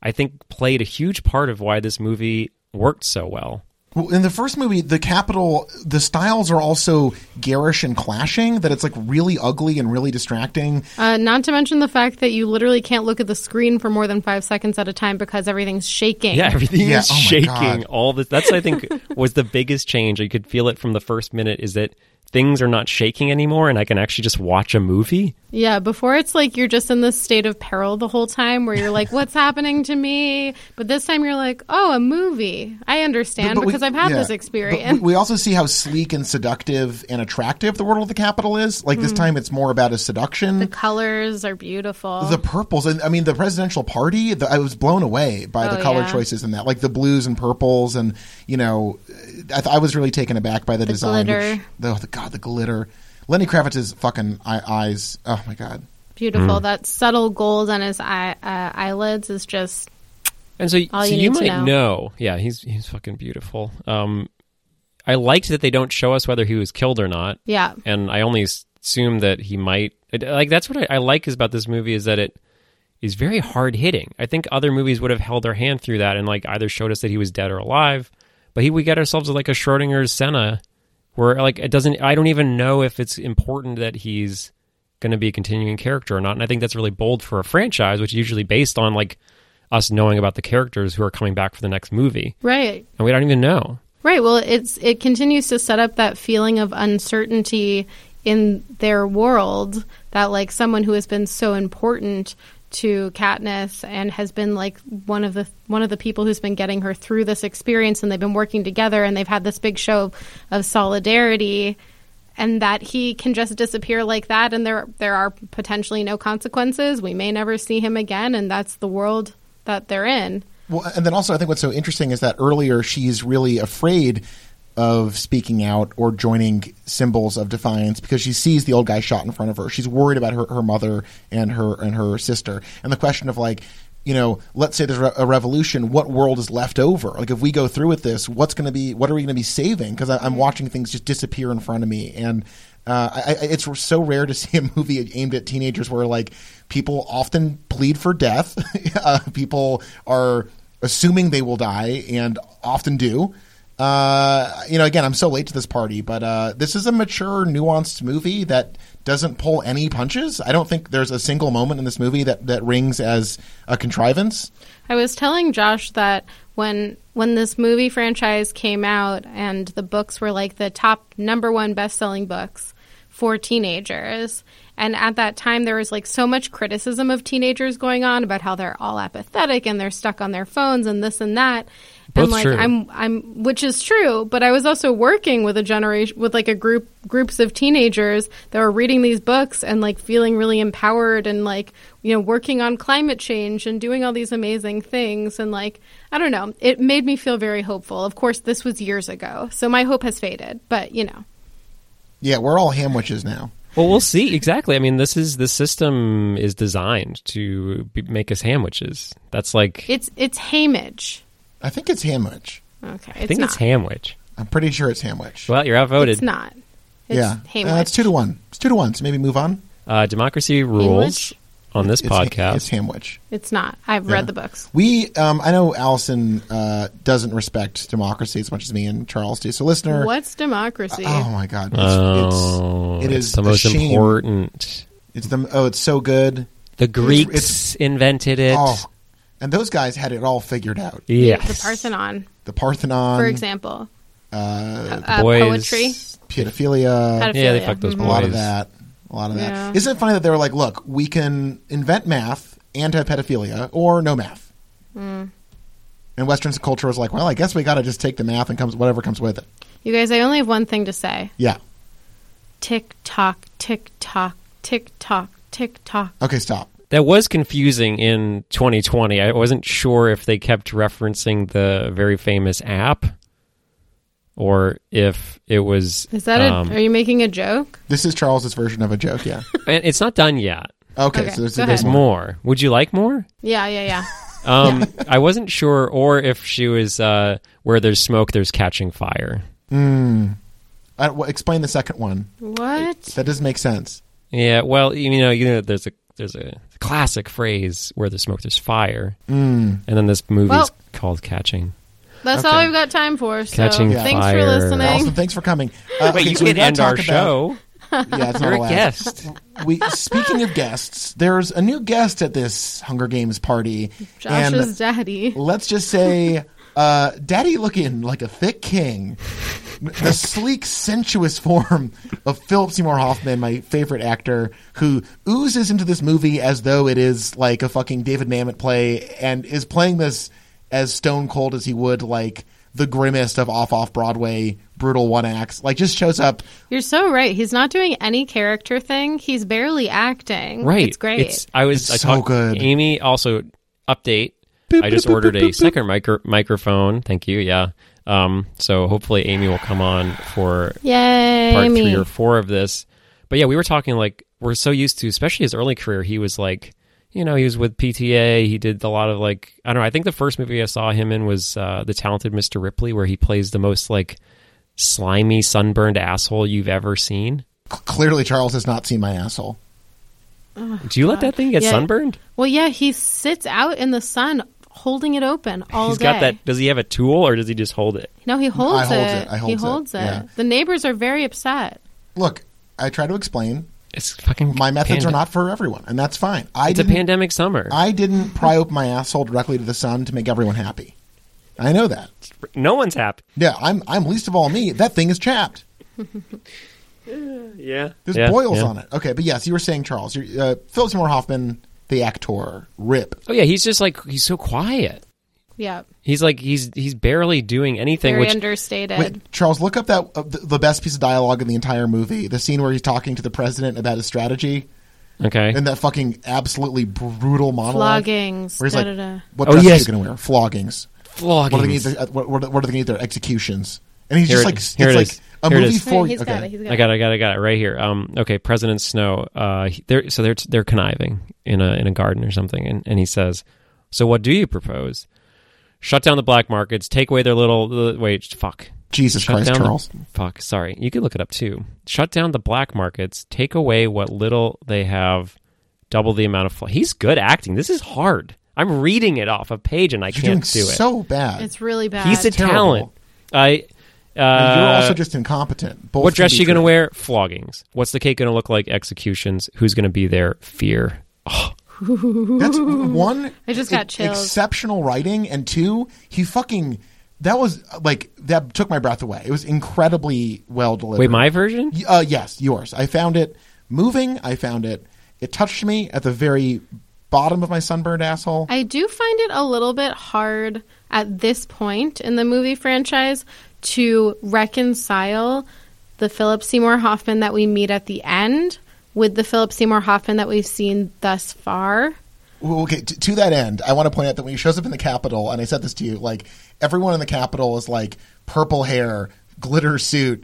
Speaker 2: I think played a huge part of why this movie worked so well.
Speaker 1: Well, in the first movie, the capital, the styles are also garish and clashing. That it's like really ugly and really distracting.
Speaker 3: Uh, not to mention the fact that you literally can't look at the screen for more than five seconds at a time because everything's
Speaker 2: <laughs>
Speaker 3: shaking.
Speaker 2: Yeah, everything
Speaker 1: Yeah,
Speaker 2: is
Speaker 1: oh my
Speaker 2: shaking.
Speaker 1: God.
Speaker 2: All this. That's I
Speaker 1: <laughs>
Speaker 2: think was the biggest change. You could feel it from the first minute. Is that things are not shaking anymore, and I can actually just watch a movie.
Speaker 3: Yeah, before it's like you're just in this state of peril the whole time where you're like, what's happening to me? But this time you're like, oh, a movie. I understand
Speaker 1: But we-
Speaker 3: because I've had
Speaker 1: yeah.
Speaker 3: this
Speaker 1: But
Speaker 3: experience.
Speaker 1: we, we also see how sleek and seductive and attractive the world of the capital is. Like this time, it's more about a seduction.
Speaker 3: Mm. the colors are beautiful.
Speaker 1: the purples and i mean the presidential party the, i was blown away by the
Speaker 3: Oh,
Speaker 1: color
Speaker 3: yeah.
Speaker 1: choices in that like the blues and purples and you know i, th- I was really taken aback by the, design
Speaker 3: glitter.
Speaker 1: which- the, oh, the god the glitter lenny kravitz's fucking eye, eyes oh my god
Speaker 3: beautiful. That subtle gold on his eye, uh, eyelids is just
Speaker 2: And so,
Speaker 3: All
Speaker 2: so
Speaker 3: you
Speaker 2: you,
Speaker 3: need
Speaker 2: might
Speaker 3: to know.
Speaker 2: know. Yeah, he's he's fucking beautiful. Um, I liked that they don't show us whether he was killed or not,
Speaker 3: yeah.
Speaker 2: and I only s- assume that he might. it- Like that's what I, I like is about this movie is that it is very hard hitting. I think other movies would have held their hand through that and like either showed us that he was dead or alive, but he we got ourselves like a Schrodinger's Senna, where like it doesn't. I don't even know if it's important that he's going to be a continuing character or not. And I think that's really bold for a franchise, which is usually based on like us knowing about the characters who are coming back for the next movie,
Speaker 3: Right.
Speaker 2: and we don't even know.
Speaker 3: Right. Well, it's it continues to set up that feeling of uncertainty in their world that like someone who has been so important to Katniss and has been like one of the one of the people who's been getting her through this experience and they've been working together and they've had this big show of solidarity and that he can just disappear like that and there there are potentially no consequences. We may never see him again and that's the world that they're in.
Speaker 1: well and then also i think what's so interesting is that earlier she's really afraid of speaking out or joining symbols of defiance because she sees the old guy shot in front of her she's worried about her, her mother and her and her sister and the question of like you know, let's say there's a revolution. What world is left over? Like, if we go through with this, what's going to be? What are we going to be saving? Because I'm watching things just disappear in front of me, and uh, I, I, it's so rare to see a movie aimed at teenagers where like people often plead for death. <laughs> uh, people are assuming they will die, and often do. Uh, you know, again, I'm so late to this party, but uh, this is a mature, nuanced movie that doesn't pull any punches. I don't think there's a single moment in this movie that, that rings as a contrivance.
Speaker 3: I was telling Josh that when when this movie franchise came out and the books were like the top number one best selling books for teenagers. And at that time there was like so much criticism of teenagers going on about how they're all apathetic and they're stuck on their phones and this and that.
Speaker 2: Both
Speaker 3: and like
Speaker 2: true.
Speaker 3: I'm I'm which is true, but I was also working with a generation with like a group groups of teenagers that were reading these books and like feeling really empowered and like you know working on climate change and doing all these amazing things and like I don't know, it made me feel very hopeful. Of course, this was years ago, so my hope has faded, but you know.
Speaker 1: Yeah, we're all hamwiches now.
Speaker 2: Well, we'll see. Exactly. I mean, this is the system is designed to be, make us sandwiches. That's like
Speaker 3: It's it's Hamish.
Speaker 1: I think it's hamwich.
Speaker 3: Okay,
Speaker 2: I think
Speaker 3: not.
Speaker 2: it's Hamwich.
Speaker 1: I'm pretty sure it's hamwich.
Speaker 2: Well, you're outvoted.
Speaker 3: It's not. It's
Speaker 1: yeah,
Speaker 3: Hamish.
Speaker 1: Uh, it's two to one. It's two to one. So maybe move on.
Speaker 2: Uh, democracy rules
Speaker 3: Hamwich?
Speaker 2: on this
Speaker 1: It's,
Speaker 2: podcast.
Speaker 1: It's hamwich.
Speaker 3: It's not. I've
Speaker 1: Yeah.
Speaker 3: read the books.
Speaker 1: We, um, I know Allison uh, doesn't respect democracy as much as me and Charles do. So, listener,
Speaker 3: What's democracy?
Speaker 1: Oh my god! It's,
Speaker 2: oh,
Speaker 1: it's, it is
Speaker 2: the most
Speaker 1: shame.
Speaker 2: important.
Speaker 1: It's the oh, it's so good.
Speaker 2: The Greeks
Speaker 1: it's-
Speaker 2: invented it.
Speaker 1: Oh, and those guys had it all figured out.
Speaker 2: yes.
Speaker 3: The Parthenon,
Speaker 1: The Parthenon,
Speaker 3: for example.
Speaker 1: uh,
Speaker 3: Uh,
Speaker 2: Boys-
Speaker 3: poetry.
Speaker 1: pedophilia,
Speaker 2: Yeah, they
Speaker 3: Pedophilia.
Speaker 2: fucked those
Speaker 1: a
Speaker 2: boys.
Speaker 1: lot of that, a lot of that.
Speaker 3: Yeah.
Speaker 1: not it funny that they were like, "Look, we can invent math and have pedophilia, or no math."
Speaker 3: Hmm.
Speaker 1: And Western culture was like, "Well, I guess we got to just take the math and comes whatever comes with it."
Speaker 3: You guys, I only have one thing to say.
Speaker 1: Yeah.
Speaker 3: Tick tock, tick tock, tick tock, tick tock.
Speaker 1: Okay, stop.
Speaker 2: That was confusing in 2020. I wasn't sure if they kept referencing the very famous app or if it was.
Speaker 3: Is that a,
Speaker 2: um,
Speaker 3: are you making a joke?
Speaker 1: This is Charles's version of a joke. Yeah.
Speaker 2: and it's not done yet.
Speaker 1: Okay.
Speaker 3: Okay,
Speaker 1: so there's,
Speaker 3: go
Speaker 1: there's
Speaker 2: There's
Speaker 3: ahead.
Speaker 1: more.
Speaker 2: more. Would you like more?
Speaker 3: Yeah,
Speaker 2: <laughs>
Speaker 3: yeah, yeah.
Speaker 2: Um, I wasn't sure, or if she was uh, where there's smoke, there's catching fire.
Speaker 1: I, Uh, well, explain the second one.
Speaker 3: what?
Speaker 1: That doesn't make sense.
Speaker 2: Yeah, well, you know, you know, there's a there's a classic phrase where there's smoke, there's fire, mm. and then this movie
Speaker 3: Well-
Speaker 2: is called Catching.
Speaker 3: That's all we've got time for. So
Speaker 2: Catching
Speaker 3: thanks for
Speaker 2: fire.
Speaker 3: listening.
Speaker 1: Allison, thanks for coming. Uh,
Speaker 2: Wait,
Speaker 1: okay,
Speaker 2: you
Speaker 1: so we've
Speaker 2: can
Speaker 1: gotta
Speaker 2: end our
Speaker 1: talk about-
Speaker 2: show.
Speaker 1: <laughs> Yeah, it's not
Speaker 2: You're a
Speaker 1: allowed.
Speaker 2: guest.
Speaker 1: We speaking of guests, there's a new guest at this Hunger Games party,
Speaker 3: Josh's
Speaker 1: and
Speaker 3: daddy.
Speaker 1: let's just say, uh, Daddy looking like a thick king, the sleek, sensuous form of Philip Seymour Hoffman, my favorite actor, who oozes into this movie as though it is like a fucking David Mamet play, and is playing this as stone cold as he would like the grimmest of off off Broadway brutal one acts. Like just shows up
Speaker 3: You're so right. He's not doing any character thing. He's barely acting.
Speaker 2: Right.
Speaker 3: It's great.
Speaker 2: I was
Speaker 1: It's
Speaker 2: I
Speaker 1: so
Speaker 2: talked-
Speaker 1: good.
Speaker 2: Amy also update. I just
Speaker 1: boop, boop,
Speaker 2: ordered
Speaker 1: boop,
Speaker 2: a
Speaker 1: boop,
Speaker 2: second micro- microphone. Thank you. Yeah. Um, so hopefully Amy will come on for
Speaker 3: Yay,
Speaker 2: part
Speaker 3: Amy.
Speaker 2: three or four of this. But yeah, we were talking like we're so used to, especially his early career. He was like, you know, he was with PTA. He did a lot of like I don't know. I think the first movie I saw him in was uh, the Talented Mr. Ripley, where he plays the most like slimy, sunburned asshole you've ever seen.
Speaker 1: clearly Charles has not seen my asshole.
Speaker 2: Do you let that thing get
Speaker 3: Yeah.
Speaker 2: sunburned?
Speaker 3: Well, yeah, he sits out in the sun holding it open all
Speaker 2: He's
Speaker 3: day.
Speaker 2: got that. Does he have a tool or does he just hold it?
Speaker 3: No, he holds
Speaker 1: I holds it. I
Speaker 3: he
Speaker 1: holds it.
Speaker 3: holds it.
Speaker 1: Yeah.
Speaker 3: The neighbors are very upset.
Speaker 1: Look, I try to explain.
Speaker 2: It's fucking.
Speaker 1: My methods
Speaker 2: pand-
Speaker 1: are not for everyone, and that's fine. I
Speaker 2: It's a
Speaker 1: didn't,
Speaker 2: pandemic summer.
Speaker 1: I didn't pry open my asshole directly to the sun to make everyone happy. I know that.
Speaker 2: no one's happy.
Speaker 1: Yeah, I'm I'm least of all me. That thing is chapped.
Speaker 2: Yeah.
Speaker 1: There's boils on it. Okay, but yes, you were saying Charles. You're, uh, Philip Seymour Hoffman, the actor, rip.
Speaker 2: Oh yeah, he's just like he's so quiet.
Speaker 3: Yeah.
Speaker 2: He's like he's he's barely doing anything.
Speaker 3: Very
Speaker 2: which
Speaker 3: understated.
Speaker 1: Wait, Charles, look up that uh, the, the best piece of dialogue in the entire movie. The scene where he's talking to the president about his strategy,
Speaker 2: okay.
Speaker 1: and that fucking absolutely brutal monologue.
Speaker 3: Floggings.
Speaker 1: Where he's
Speaker 3: da,
Speaker 1: like,
Speaker 3: da, da.
Speaker 1: "What
Speaker 2: Oh,
Speaker 1: dress
Speaker 2: yes.
Speaker 1: are you going to wear? Floggings.
Speaker 2: Flogging.
Speaker 1: What do they need? To, uh, what, what, what do they need? Their executions." And he's
Speaker 2: Here
Speaker 1: just
Speaker 2: it-
Speaker 1: like,
Speaker 2: here it
Speaker 1: "It's
Speaker 2: is.
Speaker 1: like a
Speaker 2: Here it
Speaker 1: movie
Speaker 2: is.
Speaker 1: for."
Speaker 3: Wait, he's
Speaker 1: okay.
Speaker 3: got it. He's got
Speaker 2: I got, it, I got, it, I got it right here. Um, okay, President Snow. Uh, he- they're so they're they're conniving in a in a garden or something, and, and he says, "So what do you propose? Shut down the black markets, take away their little the, wait, fuck,
Speaker 1: Jesus
Speaker 2: shut
Speaker 1: Christ,
Speaker 2: down the-
Speaker 1: Charles.
Speaker 2: fuck, sorry, you can look it up too. Shut down the black markets, take away what little they have, double the amount of. Fl- He's good acting. This is hard. I'm reading it off a page and I
Speaker 1: You're doing
Speaker 2: can't do it.
Speaker 1: so bad.
Speaker 3: It's really bad.
Speaker 2: He's a
Speaker 1: terrible.
Speaker 2: talent. I. Uh,
Speaker 1: And you're also just incompetent. Both
Speaker 2: what
Speaker 1: can
Speaker 2: dress
Speaker 1: be
Speaker 2: she going to
Speaker 1: true.
Speaker 2: wear? Floggings. What's the cake going to look like? Executions. Who's going to be there? Fear. Oh, <laughs>
Speaker 1: That's one.
Speaker 3: I just got chills.
Speaker 1: Exceptional writing, and two, he fucking. That was uh, like that took my breath away. It was incredibly well delivered.
Speaker 2: wait, my version?
Speaker 1: Y- Uh, yes, yours. I found it moving. I found it. It touched me at the very bottom of my sunburned asshole.
Speaker 3: I do find it a little bit hard at this point in the movie franchise to reconcile the Philip Seymour Hoffman that we meet at the end with the Philip Seymour Hoffman that we've seen thus far.
Speaker 1: Well, Okay, to, to that end, I want to point out that when he shows up in the Capitol, and I said this to you, like everyone in the Capitol is like purple hair, glitter suit,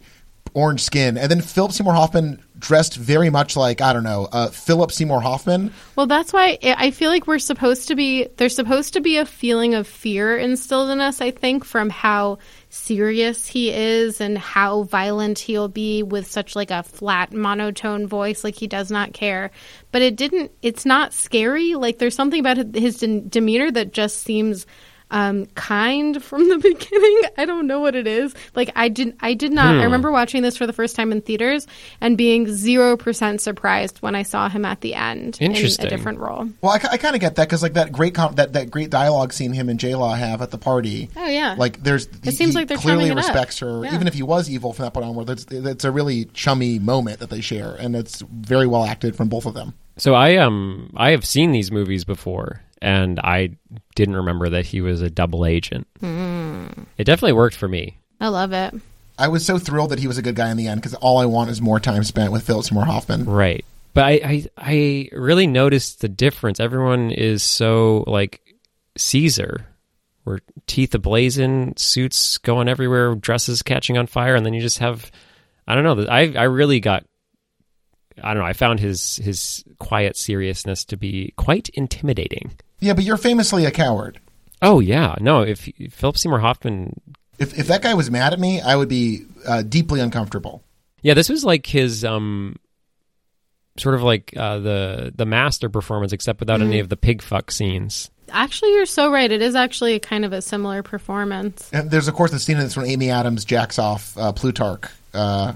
Speaker 1: orange skin, and then Philip Seymour Hoffman dressed very much like I don't know, uh, Philip Seymour Hoffman.
Speaker 3: Well, that's why I I feel like we're supposed to be there's supposed to be a feeling of fear instilled in us, I think, from how serious he is and how violent he'll be with such like a flat monotone voice like he does not care. But it didn't it's not scary. Like there's something about his de- demeanor that just seems um kind from the <laughs> beginning. I don't know what it is. Like I didn't I did not I remember watching this for the first time in theaters and being 0% surprised when I saw him at the end
Speaker 2: Interesting.
Speaker 3: in a different role.
Speaker 1: Well, I, kind of get that because like that great com- that that great dialogue scene him and J Law have at the party.
Speaker 3: Oh, yeah.
Speaker 1: like there's it
Speaker 3: seems like they're
Speaker 1: clearly
Speaker 3: chumming it up.
Speaker 1: respects her,
Speaker 3: Yeah.
Speaker 1: even if he was evil from that point onward. That's it's a really chummy moment that they share, and it's very well acted from both of them.
Speaker 2: So I um I have seen these movies before, and I didn't remember that he was a double agent. It definitely worked for me.
Speaker 3: I love it.
Speaker 1: I was so thrilled that he was a good guy in the end because all I want is more time spent with Philip Seymour Hoffman.
Speaker 2: Right. But I, I I really noticed the difference. Everyone is so like Caesar. Where teeth ablazing, suits going everywhere, dresses catching on fire, and then you just have I don't know, I I really got I don't know, I found his his quiet seriousness to be quite intimidating.
Speaker 1: Yeah, but you're famously a coward.
Speaker 2: Oh yeah. No, if Philip Seymour Hoffman
Speaker 1: If, if that guy was mad at me, I would be uh, deeply uncomfortable.
Speaker 2: Yeah, this was like his um Mm-hmm. sort of like uh, the the master performance except without any of the pig fuck scenes.
Speaker 3: Actually, you're so right. It is actually kind of a similar performance.
Speaker 1: And there's of course the scene in this when Amy Adams jacks off uh, Plutarch uh,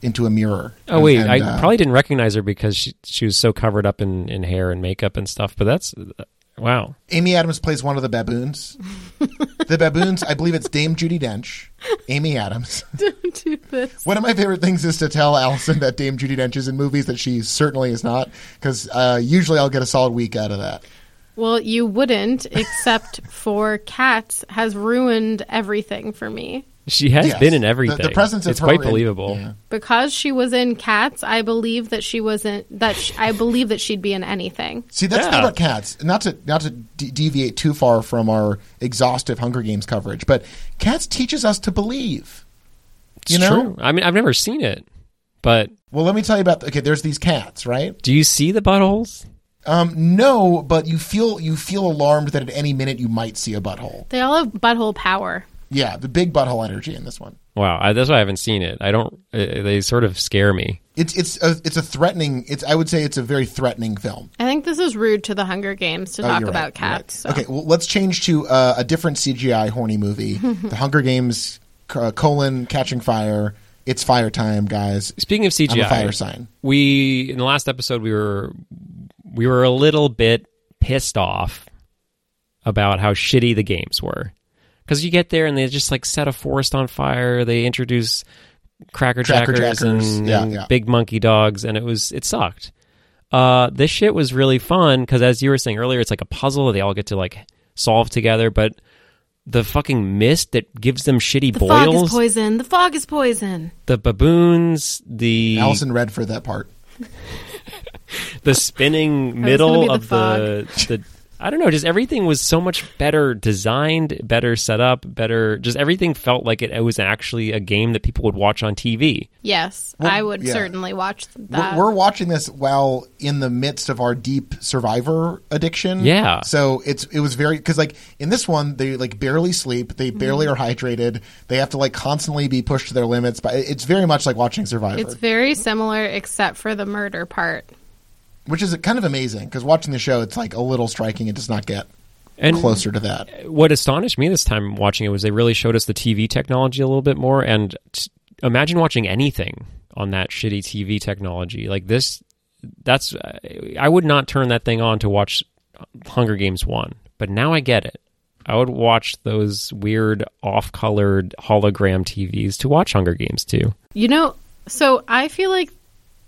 Speaker 1: into a mirror.
Speaker 2: Oh wait,
Speaker 1: And,
Speaker 2: I
Speaker 1: uh,
Speaker 2: probably didn't recognize her because she she was so covered up in, in hair and makeup and stuff. But that's uh, wow.
Speaker 1: Amy Adams plays one of the baboons. the baboons, I believe it's Dame Judy Dench, Amy Adams.
Speaker 3: Don't do this.
Speaker 1: One of my favorite things is to tell Allison that Dame Judy Dench is in movies that she certainly is not, because uh, usually I'll get a solid week out of that.
Speaker 3: Well, you <laughs> wouldn't, except for Cats has ruined everything for me.
Speaker 2: She has
Speaker 1: Yes.
Speaker 2: been in
Speaker 1: The- the
Speaker 2: everything.
Speaker 1: presence of
Speaker 2: it's
Speaker 1: her
Speaker 2: quite
Speaker 1: in-
Speaker 2: believable.
Speaker 1: yeah.
Speaker 3: Because she was in Cats, I believe that she wasn't. That sh I believe that she'd be in anything.
Speaker 1: See, that's the thing
Speaker 2: Yeah.
Speaker 1: about cats. Not to not to de- deviate too far from our exhaustive Hunger Games coverage, but cats teaches us to believe.
Speaker 2: It's
Speaker 1: You know?
Speaker 2: true. I mean, I've never seen it, but
Speaker 1: Well, let me tell you about. Okay, there's these cats, right?
Speaker 2: do you see the buttholes?
Speaker 1: Um, no, but you feel you feel alarmed that at any minute you might see a butthole.
Speaker 3: They all have butthole power.
Speaker 1: Yeah, the big butthole energy in this one.
Speaker 2: Wow, I, that's why I haven't seen it. I don't. Uh, they sort of scare me.
Speaker 1: It's it's a, it's a threatening. It's I would say it's a very threatening film.
Speaker 3: I think this is rude to the Hunger Games to
Speaker 1: Oh,
Speaker 3: talk
Speaker 1: you're right,
Speaker 3: about
Speaker 1: you're right.
Speaker 3: cats. so.
Speaker 1: Okay, well, let's change to uh, a different CGI horny
Speaker 3: <laughs>
Speaker 1: movie, The Hunger Games: c- uh, colon Catching Fire. It's fire time, guys.
Speaker 2: Speaking of
Speaker 1: I'm
Speaker 2: CGI,
Speaker 1: a fire sign.
Speaker 2: we in the last episode we were we were a little bit pissed off about how shitty the games were because you get there and they just like set a forest on fire they introduce cracker
Speaker 1: Cracker
Speaker 2: jackers,
Speaker 1: Jackers,
Speaker 2: and,
Speaker 1: yeah,
Speaker 2: and
Speaker 1: yeah.
Speaker 2: big monkey dogs and it was it sucked uh, this shit was really fun because as you were saying earlier it's like a puzzle they all get to like solve together but the fucking mist that gives them shitty
Speaker 3: The fog is
Speaker 2: boils
Speaker 3: poison. The fog is poison.
Speaker 2: the baboons the
Speaker 1: Allison read for that part.
Speaker 2: the spinning
Speaker 3: was Oh, gonna be
Speaker 2: middle
Speaker 3: the
Speaker 2: of the, the I don't know, just everything was so much better designed, better set up, better just everything felt like it, it was actually a game that people would watch on TV.
Speaker 3: Yes,
Speaker 1: Well,
Speaker 3: I would
Speaker 1: yeah.
Speaker 3: certainly watch
Speaker 1: We're,
Speaker 3: that.
Speaker 1: we're watching this while in the midst of our deep survivor addiction.
Speaker 2: Yeah.
Speaker 1: So it's it was very because like in this one they like barely sleep,
Speaker 3: Mm-hmm.
Speaker 1: they barely are hydrated, they have to like constantly be pushed to their limits. But it- it's very much like watching Survivor,
Speaker 3: it's very similar, except for the murder part.
Speaker 1: which is kind of amazing because watching the show, it's like a little striking. It does not get
Speaker 2: And
Speaker 1: closer to that.
Speaker 2: what astonished me this time watching it was they really showed us the TV technology a little bit more and t- imagine watching anything on that shitty TV technology. Like this that's I would not turn that thing on to watch Hunger Games 1, but now I get it. I would watch those weird off-colored hologram TVs to watch Hunger Games 2.
Speaker 3: You know, so I feel like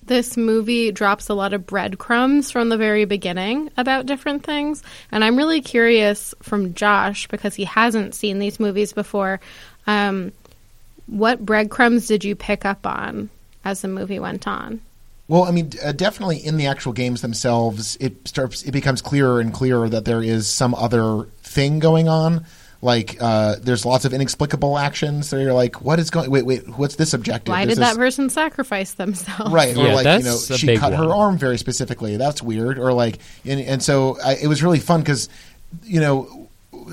Speaker 3: this movie drops a lot of breadcrumbs from the very beginning about different things. And I'm really curious from Josh, because he hasn't seen these movies before, um, what breadcrumbs did you pick up on as the movie went on?
Speaker 1: Well, I mean, uh, definitely in the actual games themselves, it starts. It becomes clearer and clearer that there is some other thing going on. Like, uh, there's lots of inexplicable actions. So you're like, what is going? Wait, wait, what's this objective?
Speaker 3: Why
Speaker 1: There's
Speaker 3: did that
Speaker 1: this-
Speaker 3: person sacrifice <laughs> themselves?
Speaker 1: Right, or
Speaker 2: Yeah,
Speaker 1: like you know,
Speaker 2: that's a
Speaker 1: she
Speaker 2: big
Speaker 1: cut her
Speaker 2: one.
Speaker 1: arm very specifically. That's weird. Or like, and, and so I, it was really fun because, you know,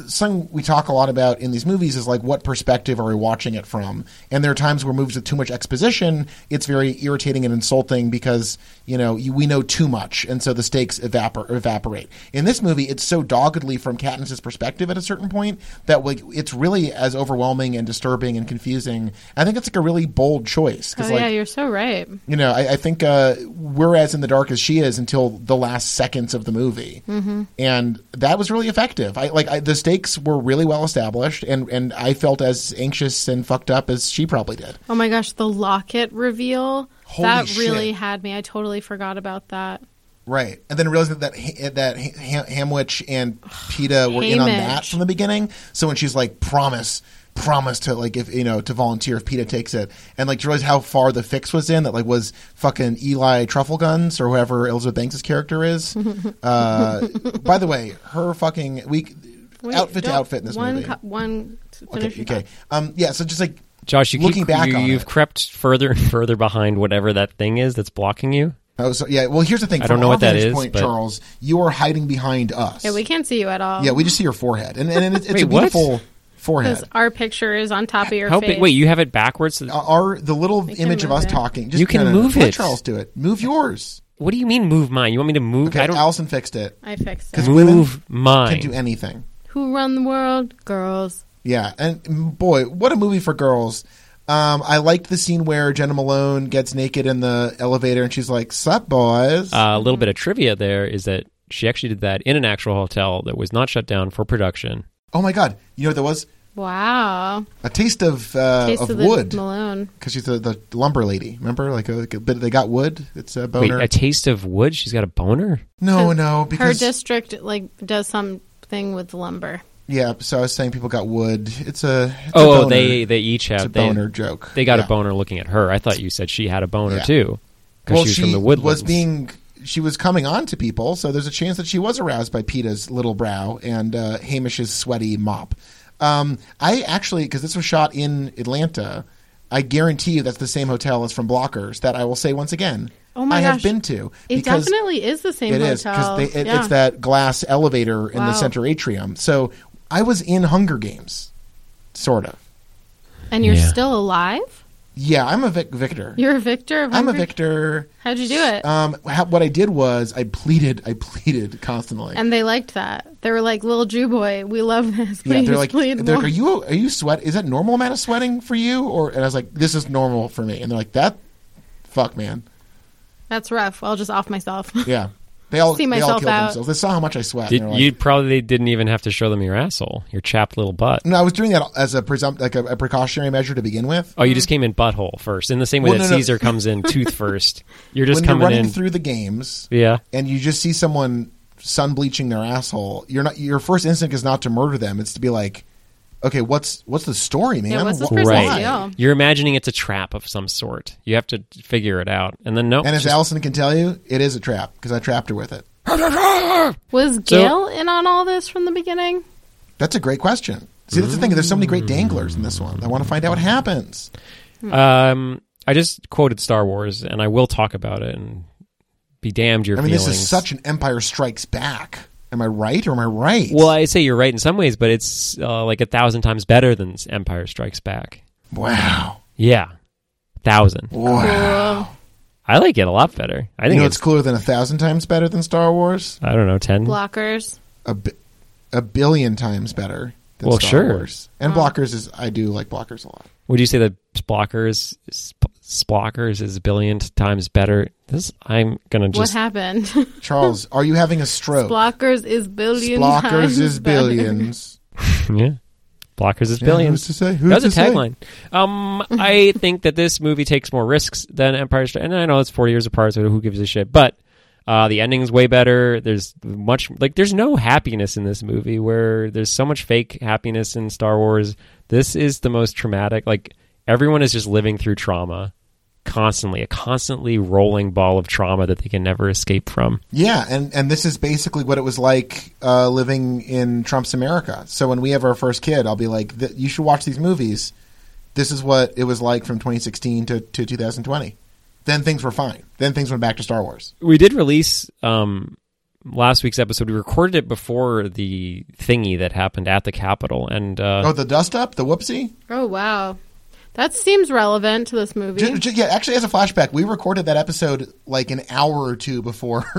Speaker 1: something we talk a lot about in these movies is like what perspective are we watching it from? And there are times where movies with too much exposition, it's very irritating and insulting because you know you, we know too much, and so the stakes evapor- evaporate. In this movie, it's so doggedly from Katniss's perspective at a certain point that like it's really as overwhelming and disturbing and confusing. I think it's like a really bold choice
Speaker 3: Oh,
Speaker 1: like
Speaker 3: yeah, you're so right.
Speaker 1: you know, I, I think uh, we're as in the dark as she is until the last seconds of the movie, mm-hmm. and that was really effective. I like I, the stakes were really well established, and and I felt as anxious and fucked up as she probably did.
Speaker 3: Oh my gosh, the locket reveal.
Speaker 1: Holy
Speaker 3: that
Speaker 1: shit.
Speaker 3: really had me. I totally forgot about that.
Speaker 1: Right, and then realizing that Ha- that ha- Hamwich and Peta were in on
Speaker 3: Haymitch.
Speaker 1: that from the beginning. So when she's like, "Promise, promise to like if you know to volunteer if Peta takes it," and like to realize how far the fix was in that like was fucking Eli Truffle Guns or whoever Elizabeth Banks' character
Speaker 3: <laughs>
Speaker 1: is. uh, by the way, her fucking we
Speaker 3: Wait,
Speaker 1: outfit to
Speaker 3: don't-
Speaker 1: outfit in this
Speaker 3: one
Speaker 1: movie.
Speaker 3: co- one. to Finish
Speaker 1: okay,
Speaker 3: your
Speaker 1: okay,
Speaker 3: thought.
Speaker 1: um, yeah. So just like
Speaker 2: Josh, you
Speaker 1: Looking
Speaker 2: keep,
Speaker 1: back
Speaker 2: you,
Speaker 1: on
Speaker 2: you've
Speaker 1: it.
Speaker 2: crept further and further behind whatever that thing is that's blocking you.
Speaker 1: oh, so, yeah. Well, here's the thing.
Speaker 2: I don't
Speaker 1: From
Speaker 2: know
Speaker 1: our
Speaker 2: what that
Speaker 1: vantage
Speaker 2: is,
Speaker 1: point,
Speaker 2: but-
Speaker 1: Charles. You are hiding behind us.
Speaker 3: Yeah, we can't see you at all.
Speaker 1: Yeah, we just see your forehead, and and it's, it's
Speaker 2: Wait,
Speaker 1: a beautiful
Speaker 2: what?
Speaker 1: forehead.
Speaker 3: Because our picture is on top of your
Speaker 2: How
Speaker 3: face.
Speaker 2: big? Wait, you have it backwards.
Speaker 1: Our the little
Speaker 3: can
Speaker 1: image of
Speaker 3: move
Speaker 1: us
Speaker 3: it.
Speaker 1: talking. Just,
Speaker 2: You can
Speaker 1: no, no, no.
Speaker 2: move
Speaker 1: Let
Speaker 2: it.
Speaker 1: Charles do it. Move yours.
Speaker 2: What do you mean move mine? You want me to move?
Speaker 1: Okay,
Speaker 2: I don't
Speaker 1: Allison fixed it.
Speaker 3: I fixed it.
Speaker 1: Because women
Speaker 2: move mine.
Speaker 1: can do anything.
Speaker 3: Who run the world? Girls.
Speaker 1: Yeah, and mm, boy, what a movie for girls. Um, I liked the scene where Jenna Malone gets naked in the elevator and she's like, "Sup, boys."
Speaker 2: Uh, a little bit of trivia there is that she actually did that in an actual hotel that was not shut down for production.
Speaker 1: oh my god! You know what that was?
Speaker 3: Wow.
Speaker 1: A taste of uh,
Speaker 3: Taste
Speaker 1: of,
Speaker 3: of the
Speaker 1: wood
Speaker 3: Malone.
Speaker 1: because she's the, the lumber lady. Remember, like a, like a bit. They got wood. It's a
Speaker 2: Wait,
Speaker 1: boner.
Speaker 2: a taste of wood? She's got a boner?
Speaker 1: no, no,
Speaker 3: Her
Speaker 1: because
Speaker 3: district like does something with lumber.
Speaker 1: yeah. So I was saying people got wood. It's a it's a
Speaker 2: Oh,
Speaker 1: boner.
Speaker 2: they they each
Speaker 1: it's
Speaker 2: have
Speaker 1: a
Speaker 2: they-
Speaker 1: boner joke.
Speaker 2: They got
Speaker 1: Yeah.
Speaker 2: a boner looking at her. I thought you said she had a boner
Speaker 1: Yeah.
Speaker 2: too, because
Speaker 1: Well,
Speaker 2: she was
Speaker 1: she
Speaker 2: from the
Speaker 1: was
Speaker 2: woodlands.
Speaker 1: being she was coming on to people, so there's a chance that she was aroused by Peta's little brow and uh, Hamish's sweaty mop. Um, I actually, because this was shot in Atlanta, I guarantee you that's the same hotel as from Blockers that I will say once again.
Speaker 3: Oh my
Speaker 1: I have
Speaker 3: gosh.
Speaker 1: been to
Speaker 3: It
Speaker 1: because
Speaker 3: definitely is the same
Speaker 1: it is
Speaker 3: hotel.
Speaker 1: because it,
Speaker 3: Yeah.
Speaker 1: it's that glass elevator in
Speaker 3: Wow.
Speaker 1: the center atrium. So I was in Hunger Games, sort of.
Speaker 3: And you're
Speaker 2: Yeah.
Speaker 3: still alive?
Speaker 1: Yeah, I'm a vic- victor.
Speaker 3: You're a victor of
Speaker 1: I'm a
Speaker 3: Hunger-
Speaker 1: victor.
Speaker 3: How'd you do it?
Speaker 1: Um, how, what I did was I pleaded, I pleaded constantly.
Speaker 3: and they liked that. They were like, "Little Jew boy, we love this.
Speaker 1: yeah,
Speaker 3: Please,
Speaker 1: they're like,
Speaker 3: please
Speaker 1: they're like,
Speaker 3: more."
Speaker 1: are you are you sweat? Is that normal amount of sweating for you? Or and I was like, this is normal for me. And they're like, that, fuck, man,
Speaker 3: That's rough. I'll just off myself. <laughs>
Speaker 1: yeah. They all
Speaker 3: See
Speaker 1: they all
Speaker 3: myself
Speaker 1: killed
Speaker 3: out.
Speaker 1: themselves. They saw how much I sweat.
Speaker 2: Did,
Speaker 1: and they're like,
Speaker 2: you probably didn't even have to show them your asshole, your chapped little butt.
Speaker 1: no, I was doing that as a presumpt like a, a precautionary measure to begin with.
Speaker 2: Oh, you just came in butthole first, in the same way
Speaker 1: Mm-hmm. Well,
Speaker 2: that
Speaker 1: no, no.
Speaker 2: Caesar comes
Speaker 1: <laughs>
Speaker 2: in tooth first. You're just
Speaker 1: When you're
Speaker 2: coming
Speaker 1: running
Speaker 2: in.
Speaker 1: through the games
Speaker 2: yeah.
Speaker 1: and you just see someone sun bleaching their asshole, you're not your first instinct is not to murder them. It's to be like, okay, what's what's the story, man?
Speaker 3: what's this
Speaker 1: Why?
Speaker 3: person's
Speaker 2: Right.
Speaker 3: deal?
Speaker 2: You're imagining it's a trap of some sort. You have to figure it out. And then, no.
Speaker 1: And as
Speaker 2: just-
Speaker 1: Allison can tell you, it is a trap because I trapped her with it.
Speaker 3: Was Gail in on all this from
Speaker 1: <sighs>
Speaker 3: the beginning?
Speaker 1: That's a great question. See, that's the thing. There's so many great danglers in this one. I want to find out what happens.
Speaker 2: um, I just quoted Star Wars, and I will talk about it and be damned your
Speaker 1: I mean,
Speaker 2: feelings.
Speaker 1: this is such an Empire Strikes Back. Am I right or am I right?
Speaker 2: Well, I say you're right in some ways, but it's uh, like a thousand times better than Empire Strikes Back.
Speaker 1: wow,
Speaker 2: Yeah, thousand.
Speaker 1: wow.
Speaker 3: Cool.
Speaker 2: I like it a lot better. I
Speaker 1: You
Speaker 2: think
Speaker 1: know, it's
Speaker 2: it's,
Speaker 1: cooler than a thousand times better than Star Wars.
Speaker 2: I don't know ten.
Speaker 3: Blockers.
Speaker 1: A, bi- a billion times better. Than
Speaker 2: Well,
Speaker 1: Star
Speaker 2: sure.
Speaker 1: Wars. And blockers is I do like blockers a lot.
Speaker 2: Would you say that Blockers, Blockers is a billion times better? This I'm gonna
Speaker 3: What
Speaker 2: just
Speaker 3: happened? <laughs>
Speaker 1: Charles, are you having a stroke?
Speaker 3: Blockers is billion. times
Speaker 1: blockers is
Speaker 3: better.
Speaker 1: billions.
Speaker 2: yeah. Blockers is
Speaker 1: Yeah,
Speaker 2: <laughs> billions.
Speaker 1: who's to say? Who's
Speaker 2: That was a
Speaker 1: to say?
Speaker 2: tagline.
Speaker 1: <laughs>
Speaker 2: Um, I think that this movie takes more risks than Empire Strikes. And I know it's forty years apart, so who gives a shit? But uh, the ending's way better. There's much like there's no happiness in this movie. Where there's so much fake happiness in Star Wars. This is the most traumatic. Like everyone is just living through trauma constantly, a constantly rolling ball of trauma that they can never escape from.
Speaker 1: Yeah, and, and this is basically what it was like uh, living in Trump's America. So when we have our first kid, I'll be like, "Th- you should watch these movies. This is what it was like from 2016 to, to 2020. Then things were fine. Then things went back to Star Wars.
Speaker 2: we did release um last week's episode we recorded it before the thingy that happened at the capitol and uh
Speaker 1: oh, the dust up, the whoopsie.
Speaker 3: Oh wow, that seems relevant to this movie.
Speaker 1: J- j- yeah, actually, as a flashback, we recorded that episode like an hour or two before <laughs>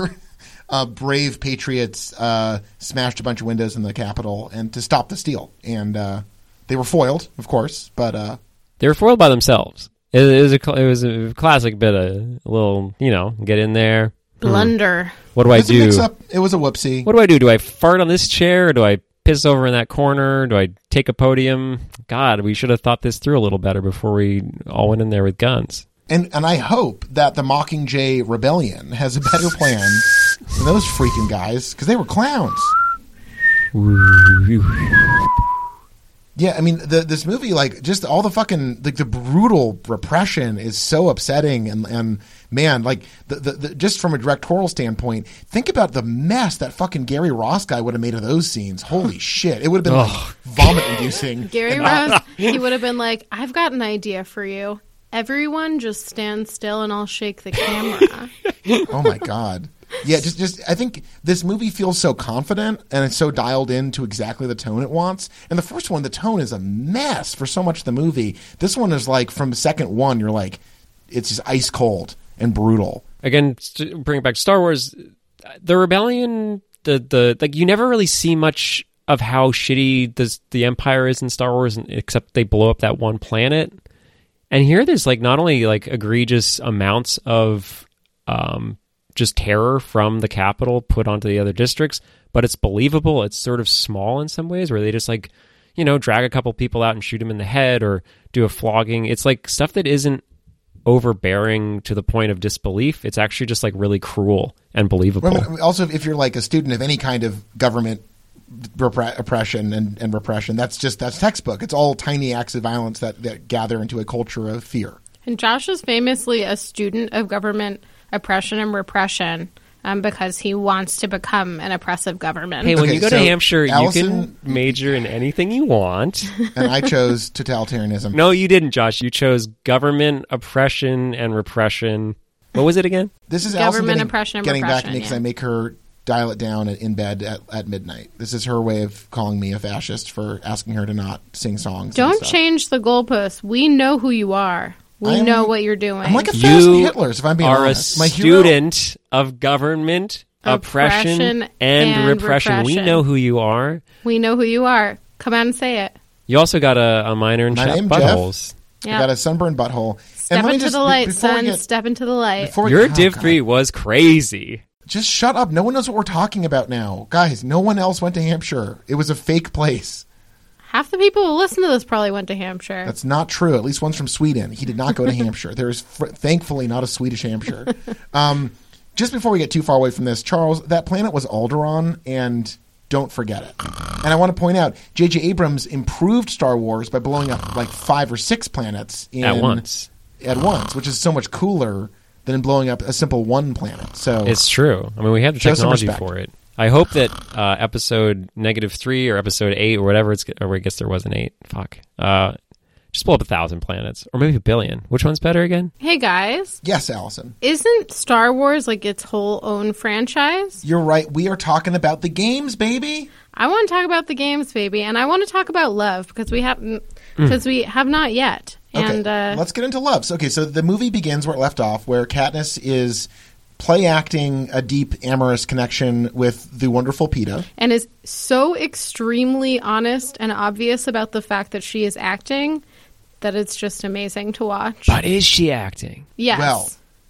Speaker 1: uh, brave patriots uh, smashed a bunch of windows in the Capitol and to stop the steal. And uh, they were foiled, of course, but. Uh,
Speaker 2: they were foiled by themselves it, it was a cl- it was a classic bit of a little you know get in there
Speaker 3: Blunder.
Speaker 2: what do i
Speaker 1: it's a
Speaker 2: do
Speaker 1: mix-up. It was a whoopsie.
Speaker 2: what do i do do i fart on this chair do i piss over in that corner do i take a podium god we should have thought this through a little better before we all went in there with guns
Speaker 1: And and I hope that the Mockingjay Rebellion has a better plan than those freaking guys because they were clowns. Yeah, I mean, the, this movie, like, just all the fucking, like, the brutal repression is so upsetting. And, and man, like, the, the, the, just from a directorial standpoint, think about the mess that fucking Gary Ross guy would have made of those scenes. Holy shit. It would have been, like, vomit inducing. <laughs>
Speaker 3: Gary Ross. he would have been like, "I've got an idea for you. Everyone, just stand still, and I'll shake
Speaker 1: <laughs>
Speaker 3: the camera."
Speaker 1: Oh my god. Yeah, just just I think this movie feels so confident and it's so dialed in to exactly the tone it wants. And the first one, the tone is a mess for so much of the movie. This one is like from second one, you're like, it's just ice cold and brutal.
Speaker 2: again, to bring it back to Star Wars, the rebellion, the the like you never really see much of how shitty this, the Empire is in Star Wars, except they blow up that one planet. And here, there's like not only like egregious amounts of um, just terror from the capital put onto the other districts, but it's believable. It's sort of small in some ways, where they just like you know drag a couple people out and shoot them in the head or do a flogging. It's like stuff that isn't overbearing to the point of disbelief. It's actually just like really cruel and believable.
Speaker 1: Well, also, if you're like a student of any kind of government repre- oppression and, and repression, that's just that's textbook. It's all tiny acts of violence that, that gather into a culture of fear.
Speaker 3: And Josh is famously a student of government oppression and repression. Um, because he wants to become an oppressive government.
Speaker 2: Hey, when
Speaker 1: Okay,
Speaker 2: you go
Speaker 1: so
Speaker 2: to Hampshire,
Speaker 1: Allison-
Speaker 2: you can major in anything you want.
Speaker 1: And I chose totalitarianism.
Speaker 2: no, you didn't, Josh. You chose government oppression and repression. What was it again?
Speaker 1: This is Allison
Speaker 3: Government
Speaker 1: getting,
Speaker 3: oppression and
Speaker 1: getting back at me
Speaker 3: repression,
Speaker 1: because
Speaker 3: yeah.
Speaker 1: I make her dial it down at, in bed at, at midnight. This is her way of calling me a fascist for asking her to not sing songs. and
Speaker 3: Don't
Speaker 1: stuff.
Speaker 3: change the goalposts. We know who you are. We
Speaker 1: I'm-
Speaker 3: know what you're doing.
Speaker 1: I'm like a thousand
Speaker 2: You
Speaker 1: Hitlers. If I'm being
Speaker 2: are a
Speaker 1: honest, my hero-
Speaker 2: student of government oppression,
Speaker 3: Oppression
Speaker 2: and,
Speaker 3: and
Speaker 2: repression. We
Speaker 3: repression.
Speaker 2: know who you are.
Speaker 3: we know who you are. Come on and say it.
Speaker 2: You also got a, a minor in
Speaker 1: My
Speaker 2: shop
Speaker 1: name,
Speaker 2: buttholes.
Speaker 1: I
Speaker 3: Yeah.
Speaker 1: got a sunburned butthole.
Speaker 3: Step into the
Speaker 1: be-
Speaker 3: light,
Speaker 1: before we
Speaker 3: son.
Speaker 1: get-
Speaker 3: Step into the light.
Speaker 1: before we-
Speaker 2: Your
Speaker 1: oh,
Speaker 2: Div
Speaker 1: God.
Speaker 2: three was crazy.
Speaker 1: Just shut up. No one knows what we're talking about now, guys. No one else went to Hampshire. It was a fake place.
Speaker 3: Half the people who listen to this probably went to Hampshire.
Speaker 1: That's not true. At least one's from Sweden. He did not go to Hampshire. There is fr- thankfully not a Swedish Hampshire. Um, just before we get too far away from this, Charles, that planet was Alderaan, and don't forget it. And I want to point out, J.J. Abrams improved Star Wars by blowing up like five or six planets in,
Speaker 2: At once.
Speaker 1: At once, which is so much cooler than blowing up a simple one planet. So
Speaker 2: It's true. I mean, we have the
Speaker 1: Show some
Speaker 2: technology
Speaker 1: respect.
Speaker 2: for it. I hope that uh, episode negative three or episode eight or whatever it's, or I guess there was an eight. Fuck. Uh, just blow up a thousand planets or maybe a billion. Which one's better again?
Speaker 3: hey guys,
Speaker 1: yes, Allison,
Speaker 3: isn't Star Wars like its whole own franchise?
Speaker 1: you're right. We are talking about the games, baby.
Speaker 3: I want to talk about the games, baby, and I want to talk about love because we haven't because we have not yet. And uh,
Speaker 1: Hmm. let's get into love. So, okay, so the movie begins where it left off, where Katniss is play acting a deep amorous connection with the wonderful Peta.
Speaker 3: and is so extremely honest and obvious about the fact that she is acting that it's just amazing to watch.
Speaker 2: But is she acting?
Speaker 3: yes.
Speaker 1: Well,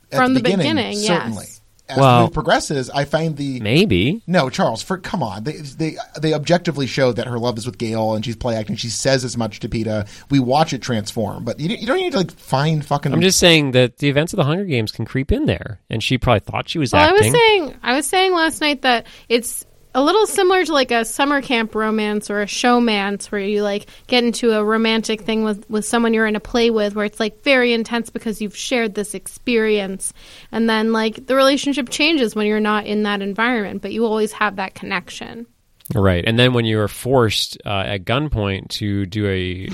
Speaker 1: at
Speaker 3: From
Speaker 1: the
Speaker 3: the
Speaker 1: beginning,
Speaker 3: beginning, yes.
Speaker 1: certainly. As
Speaker 2: Well-
Speaker 1: the movie progresses, I find the
Speaker 2: Maybe.
Speaker 1: no Charles. For come on, they, they they objectively show that her love is with Gail and she's play acting. She says as much to Peta. We watch it transform, but you, don't- you don't need to like find fucking.
Speaker 2: I'm just saying that the events of the Hunger Games can creep in there, and she probably thought she was
Speaker 3: Well,
Speaker 2: acting.
Speaker 3: I was saying, I was saying last night that it's a little similar to like a summer camp romance or a showmance, where you like get into a romantic thing with with someone you're in a play with, where it's like very intense because you've shared this experience, and then like the relationship changes when you're not in that environment, but you always have that connection.
Speaker 2: Right, and then when you are forced uh, at gunpoint to do a, you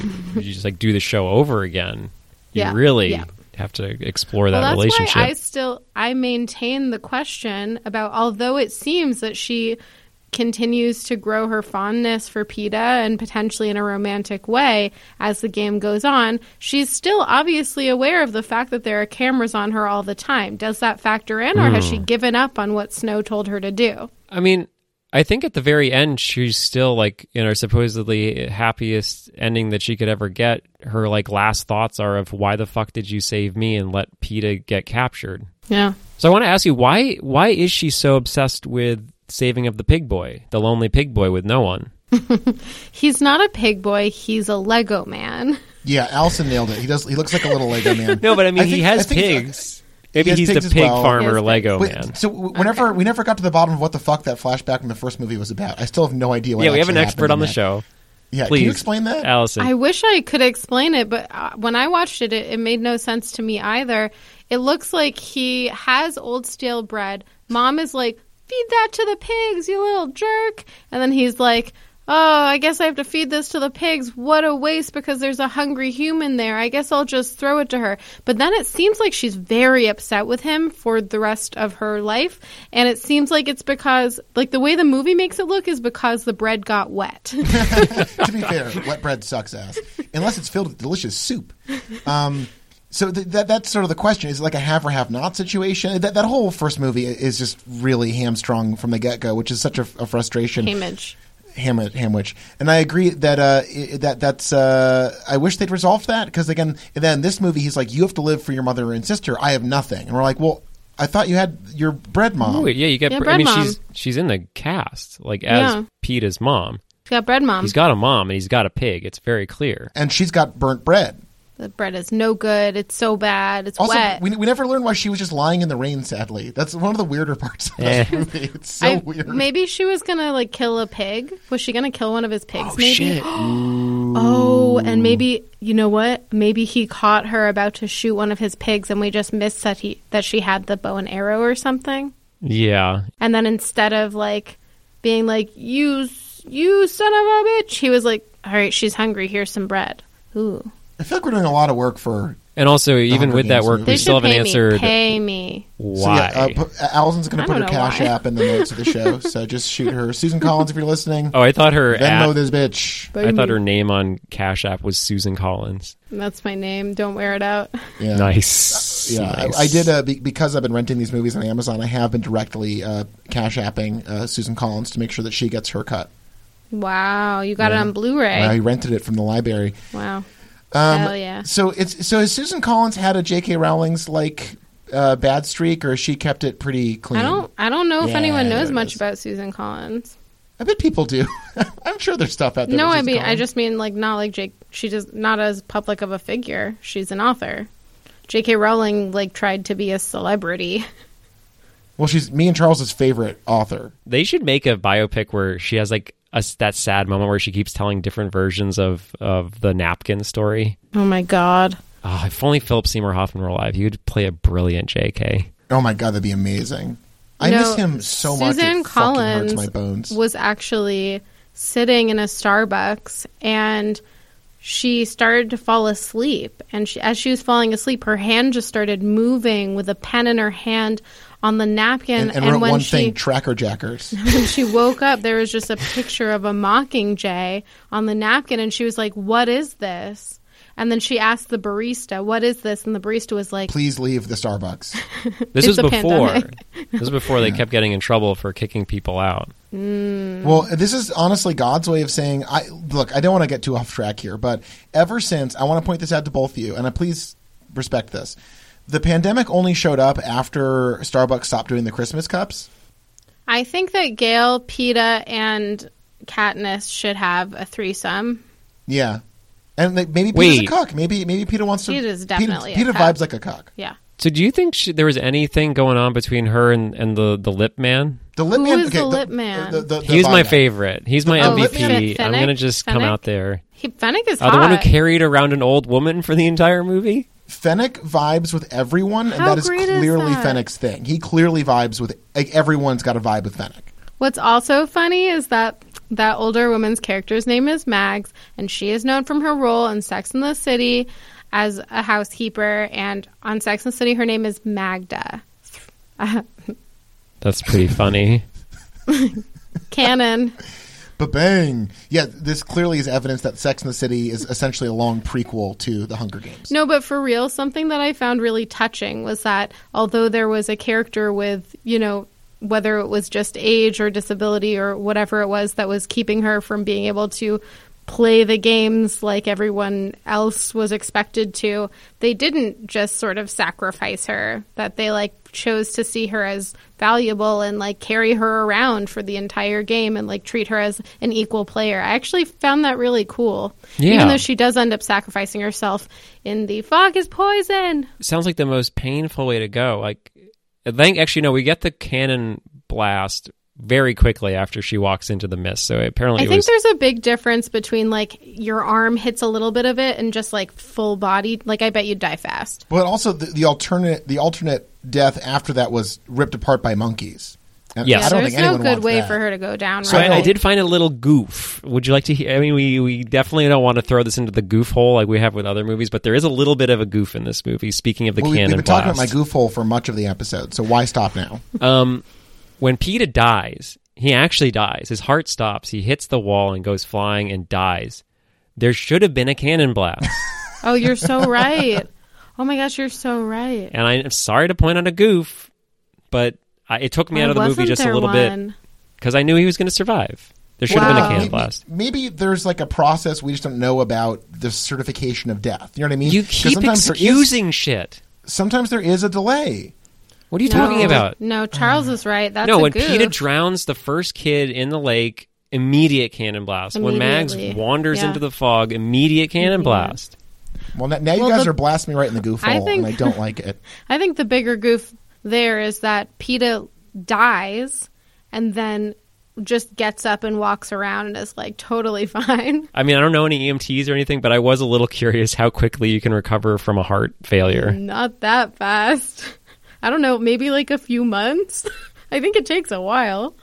Speaker 2: just like do the show over again. You
Speaker 3: Yeah,
Speaker 2: really
Speaker 3: yeah.
Speaker 2: have to explore that
Speaker 3: well, that's
Speaker 2: relationship.
Speaker 3: why I still I maintain the question about although it seems that she continues to grow her fondness for PETA and potentially in a romantic way as the game goes on, she's still obviously aware of the fact that there are cameras on her all the time. Does that factor in or has
Speaker 2: Hmm.
Speaker 3: she given up on what Snow told her to do?
Speaker 2: I mean, I think at the very end, she's still like in her supposedly happiest ending that she could ever get. Her like last thoughts are of why the fuck did you save me and let PETA get captured?
Speaker 3: Yeah.
Speaker 2: So I want to ask you why why is she so obsessed with saving of the pig boy, the lonely pig boy with no one?
Speaker 3: He's not a pig boy, he's a Lego man.
Speaker 1: yeah, Allison nailed it. He does. He looks like a little Lego man.
Speaker 2: No, but <laughs> I mean he
Speaker 1: think-
Speaker 2: has
Speaker 1: I think-
Speaker 2: pigs. Maybe
Speaker 1: has
Speaker 2: he's
Speaker 1: pigs
Speaker 2: the
Speaker 1: as
Speaker 2: pig
Speaker 1: well.
Speaker 3: He
Speaker 2: farmer
Speaker 3: has
Speaker 2: Lego
Speaker 1: Wait,
Speaker 2: Oh, man.
Speaker 1: So w- whenever we never got to the bottom of what the fuck that flashback from the first movie was about, I still have no idea. What
Speaker 2: Yeah, we have an
Speaker 1: actually happened
Speaker 2: expert on
Speaker 1: in
Speaker 2: the
Speaker 1: that.
Speaker 2: <laughs> show.
Speaker 1: Yeah,
Speaker 2: Please
Speaker 1: can you explain that? <laughs>
Speaker 2: Allison.
Speaker 3: I wish I could explain it, but uh, when I watched it, it, it made no sense to me either. It looks like he has old stale bread. Mom is like, feed that to the pigs, you little jerk. And then he's like, oh, I guess I have to feed this to the pigs. What a waste because there's a hungry human there. I guess I'll just throw it to her. But then it seems like she's very upset with him for the rest of her life. And it seems like it's because, like, the way the movie makes it look is because the bread got wet. <laughs>
Speaker 1: to be fair, wet bread sucks ass unless it's filled with delicious soup. Um, So th- that that's sort of the question: is it like a have or have not situation? That that whole first movie is just really hamstrung from the get go, which is such a, a frustration.
Speaker 3: Image.
Speaker 1: Ham- Hamwich, and I agree that uh, i- that that's uh, I wish they'd resolved that because again, and then this movie he's like, you have to live for your mother and sister. I have nothing, and we're like, well, I thought you had your bread mom.
Speaker 2: Oh, yeah, you get.
Speaker 3: Yeah,
Speaker 2: I
Speaker 3: bread
Speaker 2: mean,
Speaker 3: mom.
Speaker 2: she's she's in the cast, like as
Speaker 3: Yeah.
Speaker 2: Peter's mom.
Speaker 3: He's got bread, mom.
Speaker 2: He's got a mom and he's got a pig. It's very clear.
Speaker 1: And she's got burnt bread.
Speaker 3: the bread is no good. It's so bad. It's
Speaker 1: Also,
Speaker 3: wet.
Speaker 1: we, we never learned why she was just lying in the rain. Sadly, that's one of the weirder parts of
Speaker 2: Eh.
Speaker 1: that movie. It's so
Speaker 3: I-
Speaker 1: weird.
Speaker 3: Maybe she was gonna like kill a pig. Was she gonna kill one of his pigs? maybe.
Speaker 2: shit.
Speaker 3: <gasps> Oh, and maybe you know what? Maybe he caught her about to shoot one of his pigs, and we just missed that he that she had the bow and arrow or something.
Speaker 2: Yeah,
Speaker 3: And then instead of like being like you s- you son of a bitch, he was like, all right, she's hungry. Here's some bread. Ooh,
Speaker 1: I feel like we're doing a lot of work for
Speaker 2: and also even
Speaker 1: Hunger
Speaker 2: with that
Speaker 1: Games
Speaker 2: work,
Speaker 1: movie.
Speaker 3: they
Speaker 2: we
Speaker 3: should
Speaker 2: still haven't
Speaker 3: pay me.
Speaker 2: answered
Speaker 3: Pay me.
Speaker 1: So,
Speaker 2: why.
Speaker 1: yeah, uh, pu- uh, Allison's going
Speaker 3: I
Speaker 1: to put
Speaker 3: don't
Speaker 1: her
Speaker 3: know
Speaker 1: cash
Speaker 3: why.
Speaker 1: app in the notes of the show, so just shoot her. Susan Collins, if you're listening,
Speaker 2: <laughs> oh, I thought her.
Speaker 1: Venmo
Speaker 2: At,
Speaker 1: this bitch.
Speaker 2: I thought her name on Cash App was Susan Collins.
Speaker 3: That's my name. Don't wear it out. <laughs>
Speaker 1: Yeah.
Speaker 2: Nice.
Speaker 1: Yeah, I-
Speaker 2: Nice.
Speaker 1: I, did uh, be, because I've been renting these movies on Amazon. I have been directly uh, cash apping uh, Susan Collins to make sure that she gets her cut.
Speaker 3: Wow, you got it on Blu-ray.
Speaker 1: I rented it from the library.
Speaker 3: Wow.
Speaker 1: Um,
Speaker 3: Hell yeah.
Speaker 1: So it's so has Susan Collins had a J.K. Rowling's like uh, bad streak, or has she kept it pretty clean?
Speaker 3: I don't. I don't know if anyone
Speaker 1: Yeah,
Speaker 3: knows
Speaker 1: it
Speaker 3: much
Speaker 1: is.
Speaker 3: about Susan Collins.
Speaker 1: I bet people do. <laughs> I'm sure there's stuff out there.
Speaker 3: no,
Speaker 1: with
Speaker 3: I
Speaker 1: Susan
Speaker 3: mean, I
Speaker 1: Collins.
Speaker 3: just mean like not like Jake. She just not as public of a figure. She's an author. J.K. Rowling like tried to be a celebrity. <laughs>
Speaker 1: well, she's me and Charles's favorite author.
Speaker 2: They should make a biopic where she has like a, s- that sad moment where she keeps telling different versions of of the napkin story.
Speaker 3: Oh my god.
Speaker 2: Oh, if only Philip Seymour Hoffman were alive, he would play a brilliant JK.
Speaker 1: Oh my god, that'd be amazing. I
Speaker 3: No,
Speaker 1: miss him so much. it
Speaker 3: Suzanne
Speaker 1: fucking hurts
Speaker 3: Collins
Speaker 1: my bones.
Speaker 3: was actually sitting in a Starbucks and she started to fall asleep. And she, as she was falling asleep, her hand just started moving with a pen in her hand on the napkin.
Speaker 1: and, and wrote
Speaker 3: when
Speaker 1: one
Speaker 3: she
Speaker 1: thing: Tracker
Speaker 3: <laughs>
Speaker 1: Jackers. <laughs>
Speaker 3: when she woke up, there was just a picture of a mockingjay on the napkin, and she was like, "What is this?" And then she asked the barista, "What is this?" And the barista was like,
Speaker 1: Please leave the Starbucks.
Speaker 2: This
Speaker 3: It's
Speaker 2: was
Speaker 3: a
Speaker 2: before.
Speaker 3: pandemic.
Speaker 2: this was before
Speaker 1: <laughs>
Speaker 2: they kept getting in trouble for kicking people out.
Speaker 1: Well, this is honestly God's way of saying, "I look. I don't want to get too off track here, but ever since I want to point this out to both of you, and I please respect this. The pandemic only showed up after Starbucks stopped doing the Christmas cups.
Speaker 3: "I think that Gail, Peta, and Katniss should have a threesome."
Speaker 1: Yeah, and like, maybe
Speaker 2: Wait.
Speaker 1: Peter's a cuck. Maybe maybe Peter wants to.
Speaker 3: Peter's
Speaker 1: Peter-
Speaker 3: definitely a
Speaker 1: Peter,
Speaker 3: cuck.
Speaker 1: vibes like a cuck.
Speaker 3: Yeah,
Speaker 2: So, do you think she, there was anything going on between her and, and the the lip man?
Speaker 1: The lip
Speaker 3: Who
Speaker 1: man.
Speaker 3: is
Speaker 1: okay,
Speaker 3: the lip man?
Speaker 2: He was my
Speaker 1: vibe guy.
Speaker 2: favorite. He's my
Speaker 1: Oh, lip man.
Speaker 2: MVP. I'm gonna just come
Speaker 3: Fennec?
Speaker 2: out there.
Speaker 3: he, Fennec is
Speaker 2: Uh,
Speaker 3: hot.
Speaker 2: the one who carried around an old woman for the entire movie.
Speaker 1: Fennec vibes with everyone, and
Speaker 3: How
Speaker 1: that is
Speaker 3: great is
Speaker 1: clearly
Speaker 3: that?
Speaker 1: Fennec's thing. He clearly vibes with like, everyone's got a vibe with Fennec.
Speaker 3: What's also funny is that that older woman's character's name is Mags, and she is known from her role in Sex and the City as a housekeeper. And on Sex and the City, her name is Magda.
Speaker 2: That's pretty funny. <laughs>
Speaker 3: Canon.
Speaker 1: But bang, yeah, this clearly is evidence that Sex and the City is <laughs> essentially a long prequel to The Hunger Games.
Speaker 3: No, but for real, something that I found really touching was that although there was a character with, you know, whether it was just age or disability or whatever it was that was keeping her from being able to play the games like everyone else was expected to, they didn't just sort of sacrifice her, that they like chose to see her as valuable and like carry her around for the entire game and like treat her as an equal player. I actually found that really cool.
Speaker 2: Yeah.
Speaker 3: Even though she she does end up sacrificing herself in the fog is poison.
Speaker 2: <laughs> Sounds like the most painful way to go. Like, I think actually no, we get the cannon blast very quickly after she walks into the mist. So apparently,
Speaker 3: I
Speaker 2: it
Speaker 3: think
Speaker 2: was,
Speaker 3: there's a big difference between like your arm hits a little bit of it and just like full body. Like I bet you'd die fast.
Speaker 1: But also the, the alternate the alternate death after that was ripped apart by monkeys. And
Speaker 2: Yes.
Speaker 1: I don't
Speaker 3: There's
Speaker 1: think
Speaker 3: no
Speaker 1: anyone
Speaker 3: good
Speaker 1: wants
Speaker 3: way
Speaker 1: that.
Speaker 3: for her to go down.
Speaker 1: So
Speaker 2: So
Speaker 3: right?
Speaker 2: I, I did find a little goof. Would you like to hear? I mean, we, we definitely don't want to throw this into the goof hole like we have with other movies, but there is a little bit of a goof in this movie. Speaking of the
Speaker 1: Well, we, have
Speaker 2: cannon
Speaker 1: been talking about my
Speaker 2: blast,
Speaker 1: goof hole for much of the episode, so why stop now?
Speaker 2: um, when Peta dies, he actually dies. His heart stops. He hits the wall and
Speaker 1: <laughs>
Speaker 2: goes flying and dies. There should have been a cannon blast. <laughs>
Speaker 3: Oh, you're so right. Oh my gosh, you're so right.
Speaker 2: And I'm sorry to point out a goof, but I, it took me
Speaker 3: Why
Speaker 2: out of the movie
Speaker 3: wasn't
Speaker 2: just a
Speaker 3: there
Speaker 2: little bit
Speaker 3: one?
Speaker 2: because I knew he was going to survive. There should have been
Speaker 3: Wow.
Speaker 2: a cannon
Speaker 1: Maybe-
Speaker 2: blast.
Speaker 1: Maybe there's like a process we just don't know about the certification of death. You know what I mean?
Speaker 2: You
Speaker 1: 'Cause
Speaker 2: keep
Speaker 1: there is-
Speaker 2: excusing shit.
Speaker 1: sometimes there is a delay.
Speaker 2: What are you
Speaker 3: No.
Speaker 2: talking about?
Speaker 3: No, Charles is right. That's
Speaker 2: no,
Speaker 3: a
Speaker 2: when
Speaker 3: goof.
Speaker 2: PETA drowns the first kid in the lake, immediate cannon blast. When Mags
Speaker 3: Immediately.
Speaker 2: wanders
Speaker 3: Yeah.
Speaker 2: into the fog, immediate cannon blast.
Speaker 1: Well, now, now you
Speaker 3: Well,
Speaker 1: guys
Speaker 3: the-
Speaker 1: are blasting me right in the goof
Speaker 3: I
Speaker 1: hole,
Speaker 3: think-
Speaker 1: and I don't like
Speaker 3: <laughs>
Speaker 1: it.
Speaker 3: I think the bigger goof there is that PETA dies and then just gets up and walks around and is like totally <laughs> fine.
Speaker 2: I mean, I don't know any EMTs or anything, but I was a little curious how quickly you can recover from a heart failure.
Speaker 3: Not that fast. I don't know, maybe like a few months. <laughs> I think it takes a while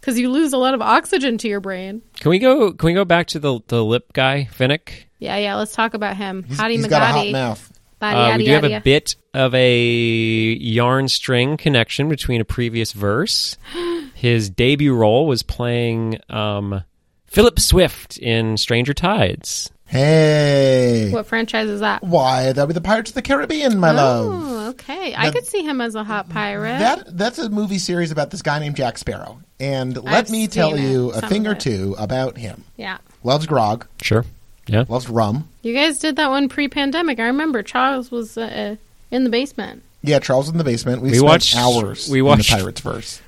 Speaker 3: because you lose a lot of oxygen to your brain.
Speaker 2: Can we go? Can we go back to the the lip guy, Finnick?
Speaker 3: Yeah, yeah. Let's talk about him. Hottie
Speaker 1: He's
Speaker 3: Magadi.
Speaker 1: got a hot mouth.
Speaker 3: Bada
Speaker 2: Uh,
Speaker 3: yada
Speaker 2: we do have
Speaker 3: yada
Speaker 2: a
Speaker 3: yada.
Speaker 2: bit of a yarn string connection between a previous
Speaker 3: <gasps>
Speaker 2: verse. His debut role was playing um, Philip Swift in Stranger Tides.
Speaker 1: Hey,
Speaker 3: What franchise is that?
Speaker 1: why that would be the Pirates of the Caribbean, my love.
Speaker 3: Oh, okay. I
Speaker 1: That-
Speaker 3: could see him as a hot pirate.
Speaker 1: That that's a movie series about this guy named Jack Sparrow, and let
Speaker 3: I've
Speaker 1: me tell
Speaker 3: seen it,
Speaker 1: you a
Speaker 3: some
Speaker 1: thing
Speaker 3: of
Speaker 1: or
Speaker 3: it.
Speaker 1: two about him.
Speaker 3: yeah.
Speaker 1: Loves grog,
Speaker 2: Sure. Yeah.
Speaker 1: loves rum.
Speaker 3: You guys did that one pre-pandemic. I remember Charles was uh, uh, in the basement.
Speaker 1: Yeah, Charles in the basement. We,
Speaker 2: We
Speaker 1: spent
Speaker 2: watched-
Speaker 1: hours.
Speaker 2: we
Speaker 1: in
Speaker 2: watched-
Speaker 1: the Pirates verse.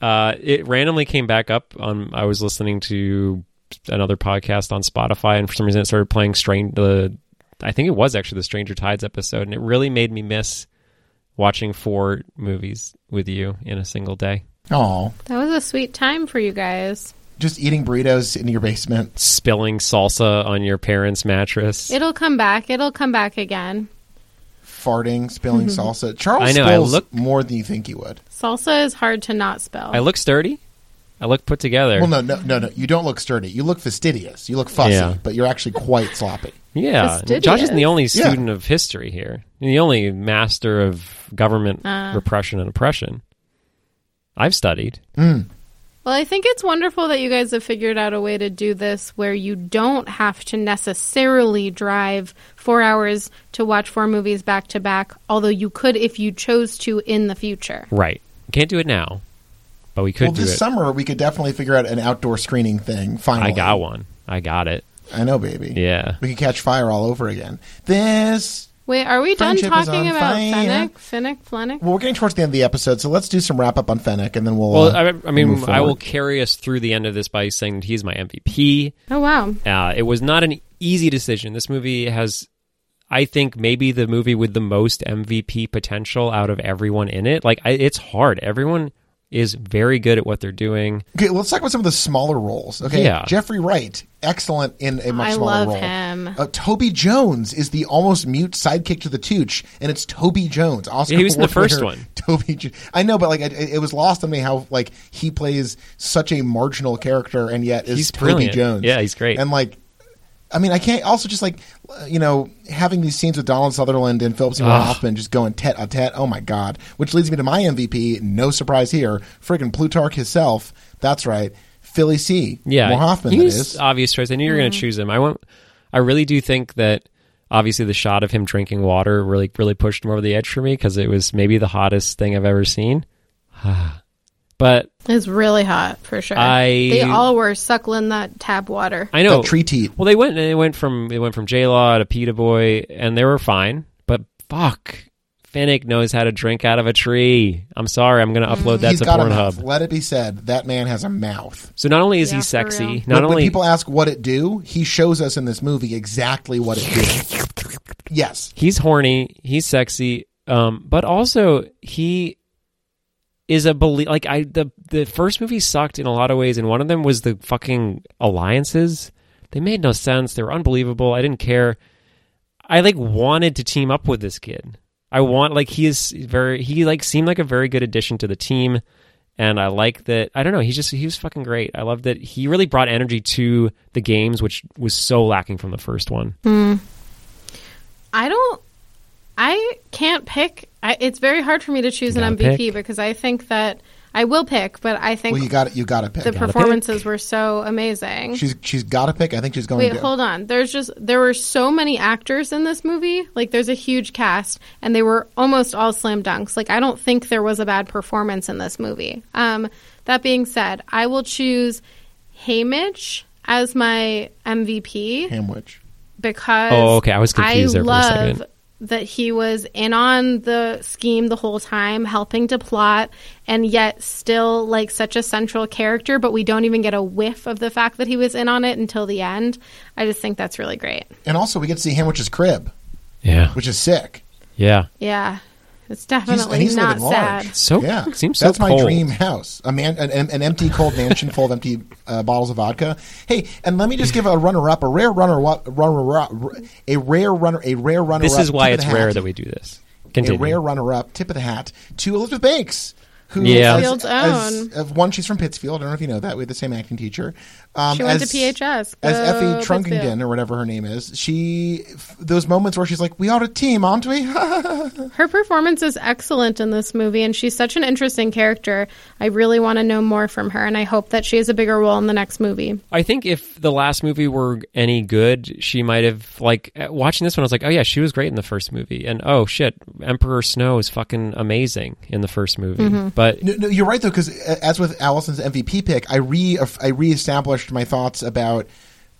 Speaker 2: Uh, it randomly came back up on. I was listening to another podcast on Spotify, and for some reason, it started playing Strain. The I think it was actually the Stranger Tides episode, and it really made me miss watching four movies with you in a single day.
Speaker 1: Oh,
Speaker 3: That was a sweet time for you guys.
Speaker 1: just eating burritos in your basement.
Speaker 2: Spilling salsa on your parents' mattress.
Speaker 3: It'll come back. It'll come back again.
Speaker 1: farting, spilling
Speaker 3: Mm-hmm.
Speaker 1: salsa. Charles
Speaker 2: I know, I
Speaker 1: spills
Speaker 2: look-
Speaker 1: more than you think he would.
Speaker 3: Salsa is hard to not spell.
Speaker 2: I look sturdy. I look put together.
Speaker 1: Well, no, no, no, no. You don't look sturdy. You look fastidious. You look fussy,
Speaker 2: Yeah.
Speaker 1: but you're actually quite sloppy.
Speaker 2: yeah,
Speaker 3: fastidious.
Speaker 2: Josh isn't the only student of history here. The only master of government repression and oppression. I've studied.
Speaker 3: Well, I think it's wonderful that you guys have figured out a way to do this where you don't have to necessarily drive four hours to watch four movies back to back, although you could if you chose to in the future.
Speaker 2: Right. Can't do it now, but we could
Speaker 1: well,
Speaker 2: do
Speaker 1: this
Speaker 2: it.
Speaker 1: summer we could definitely figure out an outdoor screening thing. Finally,
Speaker 2: I got one. I got it.
Speaker 1: I know, baby.
Speaker 2: Yeah.
Speaker 1: we could catch fire all over again. This.
Speaker 3: Wait, are we done
Speaker 1: Friendship is
Speaker 3: talking
Speaker 1: on
Speaker 3: about
Speaker 1: fire.
Speaker 3: Fennec? Fennec? Fennec?
Speaker 1: Well, we're getting towards the end of the episode, so let's do some wrap up on Fennec, and then we'll.
Speaker 2: Well,
Speaker 1: uh,
Speaker 2: I, I mean,
Speaker 1: move
Speaker 2: I will
Speaker 1: forward.
Speaker 2: carry us through the end of this by saying that he's my MVP.
Speaker 3: Oh, wow.
Speaker 2: Uh, it was not an easy decision. This movie has, I think, maybe the movie with the most MVP potential out of everyone in it. Like, I, it's hard. Everyone is very good at what they're doing.
Speaker 1: Okay, let's talk about some of the smaller roles. Okay,
Speaker 2: Yeah.
Speaker 1: Jeffrey Wright, excellent in a much
Speaker 3: I
Speaker 1: smaller
Speaker 3: love
Speaker 1: role.
Speaker 3: him.
Speaker 1: Uh, Toby Jones is the almost mute sidekick to the Tooch, and it's Toby Jones. Oscar
Speaker 2: Yeah, he was in the
Speaker 1: Award
Speaker 2: first
Speaker 1: winner,
Speaker 2: one.
Speaker 1: <laughs> Toby, Jo- I know, but like it, it was lost on me how like he plays such a marginal character, and yet is
Speaker 2: He's
Speaker 1: Toby
Speaker 2: brilliant.
Speaker 1: Jones.
Speaker 2: Yeah, he's great.
Speaker 1: And like, I mean, I can't also just like uh, you know having these scenes with Donald Sutherland and Philip Seymour Hoffman just going tete a tete. Oh my god! Which leads me to my MVP. No surprise here. Friggin' Plutarch himself. That's right. Philly C.
Speaker 2: Yeah,
Speaker 1: more Hoffman. That
Speaker 2: He's
Speaker 1: is.
Speaker 2: obvious choice. I knew you were going to choose him. I want. I really do think that obviously the shot of him drinking water really really pushed him over the edge for me because it was maybe the hottest thing I've ever seen. <sighs> but
Speaker 3: It's really hot for sure.
Speaker 2: I-
Speaker 3: They all were suckling that tap water.
Speaker 2: I know
Speaker 1: That tree teat.
Speaker 2: Well, they went they went from they went from J Law to Pita Boy, and they were fine. But fuck, Finnick knows how to drink out of a tree. I'm sorry, I'm going to
Speaker 3: Mm.
Speaker 2: upload that
Speaker 1: He's
Speaker 2: to
Speaker 1: got a mouth.
Speaker 2: Pornhub.
Speaker 1: Let it be said that man has a mouth.
Speaker 2: So not only is
Speaker 3: Yeah,
Speaker 2: he
Speaker 3: for real.
Speaker 2: sexy,
Speaker 1: When-
Speaker 2: not
Speaker 1: when,
Speaker 2: only
Speaker 1: people ask what it do, he shows us in this movie exactly what it do. Yes,
Speaker 2: he's horny, he's sexy, um, but also he is a belie- like I the the first movie sucked in a lot of ways, and one of them was the fucking alliances. They made no sense. They were unbelievable. I didn't care. I like wanted to team up with this kid. I want like he is very he like seemed like a very good addition to the team, and I like that. I don't know. He just he was fucking great. I love that he really brought energy to the games, which was so lacking from the first one.
Speaker 3: I don't. I can't pick. I, it's very hard for me to choose
Speaker 2: You
Speaker 3: an
Speaker 2: gotta
Speaker 3: MVP
Speaker 2: pick.
Speaker 3: because I think that I will pick, but I think
Speaker 1: Well, you got You got to pick.
Speaker 3: the
Speaker 2: Gotta pick.
Speaker 3: performances were so amazing.
Speaker 1: she's she's got to pick. I think she's going.
Speaker 3: Wait,
Speaker 1: to.
Speaker 3: hold on. There's just there were so many actors in this movie. Like there's a huge cast and they were almost all slam dunks. Like I don't think there was a bad performance in this movie. Um that being said, I will choose Hamish as my MVP
Speaker 1: Hamwich.
Speaker 3: because
Speaker 2: Oh, okay. I was confused
Speaker 3: I
Speaker 2: there for a
Speaker 3: love
Speaker 2: second.
Speaker 3: that he was in on the scheme the whole time, helping to plot, and yet still like such a central character. But we don't even get a whiff of the fact that he was in on it until the end. I just think that's really great.
Speaker 1: And also, we get to see Hamwich's crib,
Speaker 2: Yeah.
Speaker 1: which is sick.
Speaker 2: Yeah.
Speaker 3: Yeah, it's
Speaker 1: He's,
Speaker 3: definitely
Speaker 1: and he's
Speaker 3: not
Speaker 1: living large.
Speaker 3: sad.
Speaker 2: So-
Speaker 1: yeah,
Speaker 2: seems so
Speaker 1: that's my
Speaker 2: cold.
Speaker 1: dream house. A man, an, an empty cold mansion full of empty uh, bottles of vodka. Hey, and let me just give a runner up, a rare runner up, runner up, a rare runner, a rare runner.
Speaker 2: This
Speaker 1: up,
Speaker 2: is why
Speaker 1: tip of
Speaker 2: it's
Speaker 1: the hat.
Speaker 2: rare that we do this. Continue.
Speaker 1: a rare runner-up, tip of the hat to Elizabeth Banks, who
Speaker 2: Yeah.
Speaker 3: Pittsfield's own.
Speaker 1: as- one she's from Pittsfield. I don't know if you know that. We had the same acting teacher. Um,
Speaker 3: She went to
Speaker 1: as
Speaker 3: PHS. Go
Speaker 1: Effie
Speaker 3: Pittsfield.
Speaker 1: Trunkington or whatever her name is. She f- those moments where she's like, "We ought to team, aren't we?" <laughs>
Speaker 3: Her performance is excellent in this movie, and she's such an interesting character. I really want to know more from her, and I hope that she has a bigger role in the next movie.
Speaker 2: I think if the last movie were any good, she might have like uh, watching this one. I was like, oh yeah, she was great in the first movie, and oh shit, Emperor Snow is fucking amazing in the first movie.
Speaker 3: Mm-hmm.
Speaker 2: But
Speaker 1: No, no, you're right though, because as with Allison's MVP pick, I re uh, I reestablished my thoughts about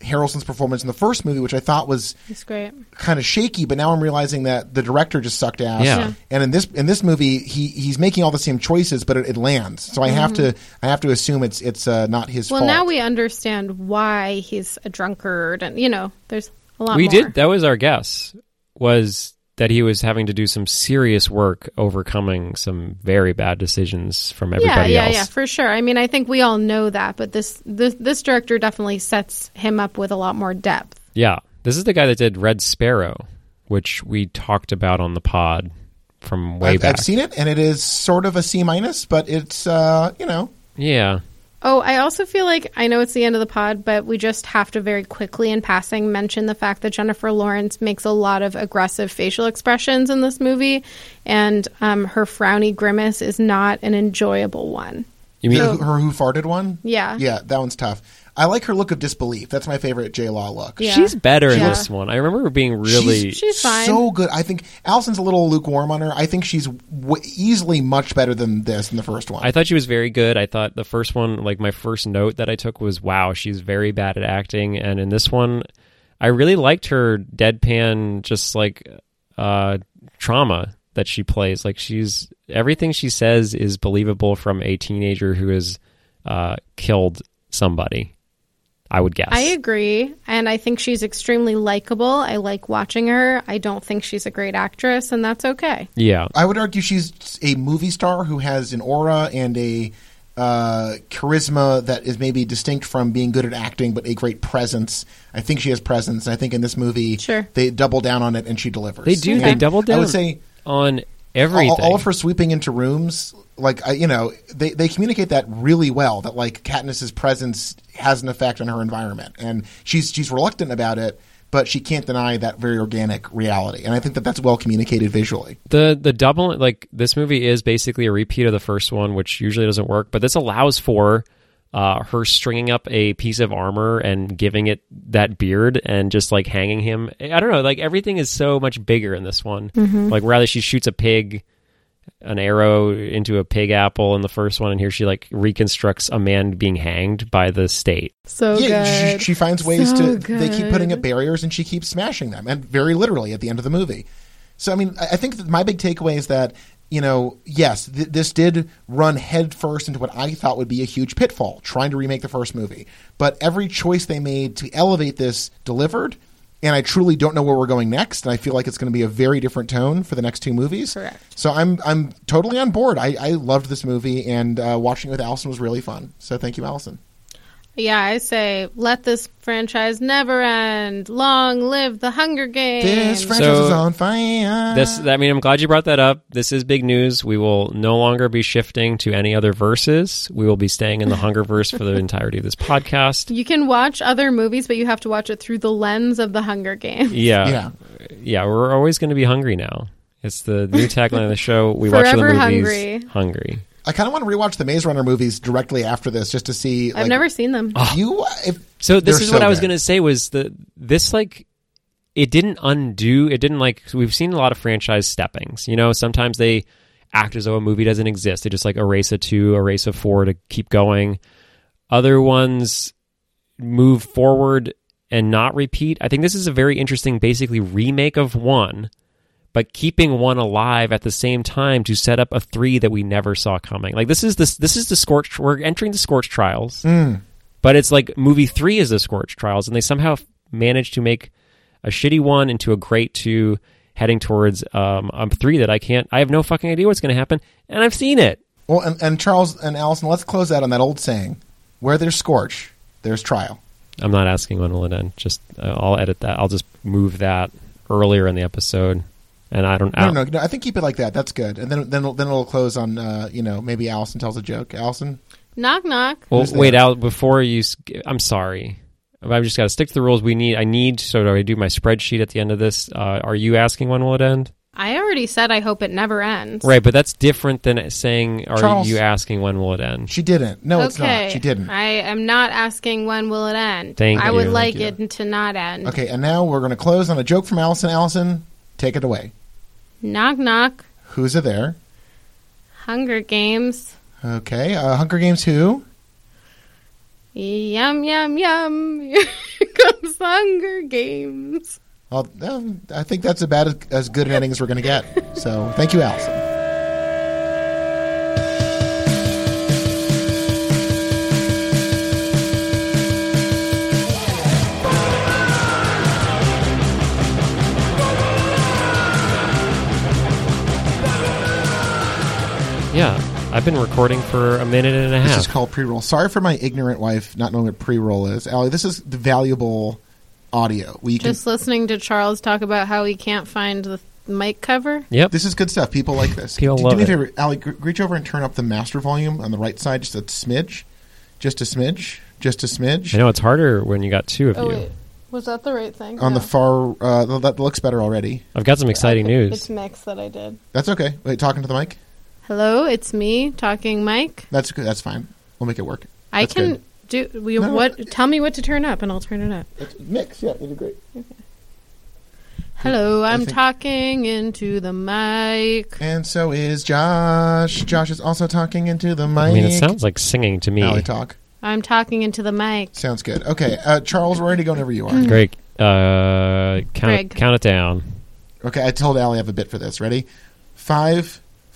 Speaker 1: Harrelson's performance in the first movie, which I thought was
Speaker 3: It's great.
Speaker 1: kind of shaky. But now I'm realizing that the director just sucked ass.
Speaker 2: Yeah. Yeah.
Speaker 1: And in this in this movie, he he's making all the same choices, but it, it lands. So I have to I have to assume it's it's uh, not his
Speaker 3: Mm-hmm. Well,
Speaker 1: fault.
Speaker 3: now we understand why he's a drunkard, and you know, there's a lot.
Speaker 2: we
Speaker 3: more.
Speaker 2: did. That was our guess. Was that he was having to do some serious work overcoming some very bad decisions from
Speaker 3: Yeah,
Speaker 2: everybody
Speaker 3: yeah,
Speaker 2: else.
Speaker 3: yeah, for sure. I mean, I think we all know that, but this, this this director definitely sets him up with a lot more depth.
Speaker 2: Yeah. This is the guy that did Red Sparrow, which we talked about on the pod from way
Speaker 1: I've,
Speaker 2: back.
Speaker 1: I've seen it, and it is sort of a C minus, but it's uh, you know
Speaker 2: yeah.
Speaker 3: Oh, I also feel like I know it's the end of the pod, but we just have to very quickly in passing mention the fact that Jennifer Lawrence makes a lot of aggressive facial expressions in this movie, and um, her frowny grimace is not an enjoyable one.
Speaker 2: You mean
Speaker 1: the- her who farted one.
Speaker 3: Yeah.
Speaker 1: yeah, that one's tough. I like her look of disbelief. That's my favorite J Law look.
Speaker 3: Yeah.
Speaker 2: she's better in
Speaker 3: Yeah.
Speaker 2: this one. I remember her being really
Speaker 3: She's- fine.
Speaker 1: So good. I think Allison's a little lukewarm on her. I think she's w- easily much better than this in the first one.
Speaker 2: I thought she was very good. I thought the first one, like my first note that I took was, wow, she's very bad at acting. And in this one, I really liked her deadpan, just like uh, trauma that she plays. Like she's everything she says is believable from a teenager who has uh, killed somebody. I would guess.
Speaker 3: I agree. And I think she's extremely likable. I like watching her. I don't think she's a great actress, and that's okay.
Speaker 2: yeah.
Speaker 1: I would argue she's a movie star who has an aura and a uh, charisma that is maybe distinct from being good at acting, but a great presence. I think she has presence. And I think in this movie,
Speaker 3: Sure.
Speaker 1: they double down on it, and she delivers.
Speaker 2: They do.
Speaker 1: And
Speaker 2: They double down
Speaker 1: I would say
Speaker 2: on
Speaker 1: all,
Speaker 2: everything.
Speaker 1: all of her sweeping into rooms, like I, you know, they they communicate that really well. That like Katniss's presence has an effect on her environment, and she's she's reluctant about it, but she can't deny that very organic reality. And I think that that's well communicated visually.
Speaker 2: the the double like this movie is basically a repeat of the first one which usually doesn't work but this allows for uh, her stringing up a piece of armor and giving it that beard and just like hanging him i don't know like everything is so much bigger in this one like rather she shoots a pig an arrow into a pig apple in the first one and here she like reconstructs a man being hanged by the state
Speaker 3: So
Speaker 1: yeah,
Speaker 3: good.
Speaker 1: she, she finds ways
Speaker 3: So
Speaker 1: to. They keep putting up
Speaker 3: good.
Speaker 1: barriers, and she keeps smashing them, and very literally at the end of the movie. So I mean, I I think that my big takeaway is that you know, yes, th- this did run headfirst into what I thought would be a huge pitfall, trying to remake the first movie. But every choice they made to elevate this delivered. And I truly don't know where we're going next. And I feel like it's going to be a very different tone for the next two movies.
Speaker 3: Correct.
Speaker 1: So I'm I'm totally on board. I, I loved this movie, and uh, watching it with Allison was really fun. So thank you, Allison.
Speaker 3: Yeah, I say, let this franchise never end. Long live the Hunger Games.
Speaker 1: This franchise
Speaker 2: So-
Speaker 1: is on fire.
Speaker 2: This,
Speaker 3: Uh-huh.
Speaker 2: I mean, I'm glad you brought that up. This is big news. We will no longer be shifting to any other verses. We will be staying in the Hunger verse
Speaker 3: <laughs>
Speaker 2: for the entirety of this podcast.
Speaker 3: you can watch other movies, but you have to watch it through the lens of the Hunger Games.
Speaker 2: Yeah,
Speaker 1: Yeah.
Speaker 2: Yeah, We're always going to be hungry now. It's the new tagline of the show. We watch the
Speaker 3: Forever
Speaker 2: movies
Speaker 3: hungry.
Speaker 2: hungry.
Speaker 1: I kind of want to rewatch the Maze Runner movies directly after this just to see.
Speaker 3: I've never seen them.
Speaker 2: Oh. Ah.
Speaker 1: you. If,
Speaker 2: So this
Speaker 1: They're
Speaker 2: is what
Speaker 1: so
Speaker 2: I was
Speaker 1: good.
Speaker 2: going to say was the this like it didn't undo it didn't like we've seen a lot of franchise steppings. You know, sometimes they act as though a movie doesn't exist. They just like erase a 2, erase a 4 to keep going. Other ones move forward and not repeat. I think this is a very interesting basically remake of 1 but keeping one alive at the same time to set up a 3 that we never saw coming. Like this is this this is the scorch we're entering the scorch trials but it's like movie three is the Scorch Trials, and they somehow f- managed to make a shitty one into a great two, heading towards um, um three that I can't. I have no fucking idea what's going to happen, and I've seen it.
Speaker 1: well, and, and Charles and Allison, let's close out on that old saying: "Where there's scorch, there's trial."
Speaker 2: I'm not asking when will it end. Just uh, I'll edit that. I'll just move that earlier in the episode, and I don't. uh, I
Speaker 1: No,
Speaker 2: don't-
Speaker 1: no, no. I think keep it like that. That's good. And then then it'll- then it'll close on uh, you know maybe Allison tells a joke. Allison,
Speaker 3: Knock knock.
Speaker 2: Well,
Speaker 1: Who's
Speaker 2: wait
Speaker 1: there?
Speaker 2: out before you. s- I'm sorry. I've just got to stick to the rules. We need. I need. So do I do my spreadsheet at the end of this? Uh, are you asking when will it end?
Speaker 3: I already said I hope it never ends.
Speaker 2: Right, but that's different than saying. Are
Speaker 1: Charles.
Speaker 2: you asking when will it end?
Speaker 1: she didn't. No, it's
Speaker 3: okay.
Speaker 1: not. She didn't.
Speaker 3: I am not asking when will it end.
Speaker 2: Thank
Speaker 3: I would
Speaker 2: you.
Speaker 3: like
Speaker 1: Thank
Speaker 3: it to not end.
Speaker 1: Okay, and now we're going to close on a joke from Allison. Allison, take it away.
Speaker 3: Knock knock.
Speaker 1: Who's it there?
Speaker 3: Hunger Games.
Speaker 1: Okay, uh, Hunger Games. Who?
Speaker 3: Yum yum yum. <laughs> Here comes Hunger Games.
Speaker 1: Well, um, I think that's about as, as good an ending as we're going to get. So thank you, Allison.
Speaker 2: Yeah, I've been recording for a minute and a
Speaker 1: This
Speaker 2: half.
Speaker 1: is called pre-roll. Sorry for my ignorant wife not knowing what pre-roll is. Allie, this is the valuable audio. We can,
Speaker 3: Just listening to Charles talk about how he can't find the mic cover.
Speaker 2: yep.
Speaker 1: this is good stuff. People like this.
Speaker 2: People
Speaker 1: do,
Speaker 2: love
Speaker 1: do me
Speaker 2: it.
Speaker 1: a favor, Allie. Gr- reach over and turn up the master volume on the right side, just a smidge, just a smidge, just a smidge.
Speaker 2: I know it's harder when you got two of
Speaker 3: Oh
Speaker 2: you.
Speaker 3: wait. Was that the right thing?
Speaker 1: On
Speaker 3: No.
Speaker 1: the far, uh, th- that looks better already.
Speaker 2: I've got some exciting
Speaker 3: It's
Speaker 2: news.
Speaker 3: Max that I did.
Speaker 1: That's okay. Wait, talking to the mic.
Speaker 3: Hello, it's me talking Mike.
Speaker 1: That's good. That's fine. We'll make it work.
Speaker 3: I
Speaker 1: That's
Speaker 3: can
Speaker 1: good.
Speaker 3: do we
Speaker 1: No, no,
Speaker 3: what tell me what to turn up and I'll turn it up.
Speaker 1: It's mix. Yeah, it'd be great.
Speaker 3: Hello, I'm
Speaker 1: Hmm. think-
Speaker 3: talking into the mic.
Speaker 1: And so is Josh. Josh is also talking into the mic.
Speaker 2: I mean, it sounds like singing to me.
Speaker 1: Allie talk.
Speaker 3: I'm talking into the mic.
Speaker 1: Sounds good. Okay, uh, Charles, we're ready to go whenever you are.
Speaker 2: Greg, uh, count,
Speaker 3: Greg.
Speaker 2: count it down.
Speaker 1: Okay, I told Allie I have a bit for this. Ready? Five,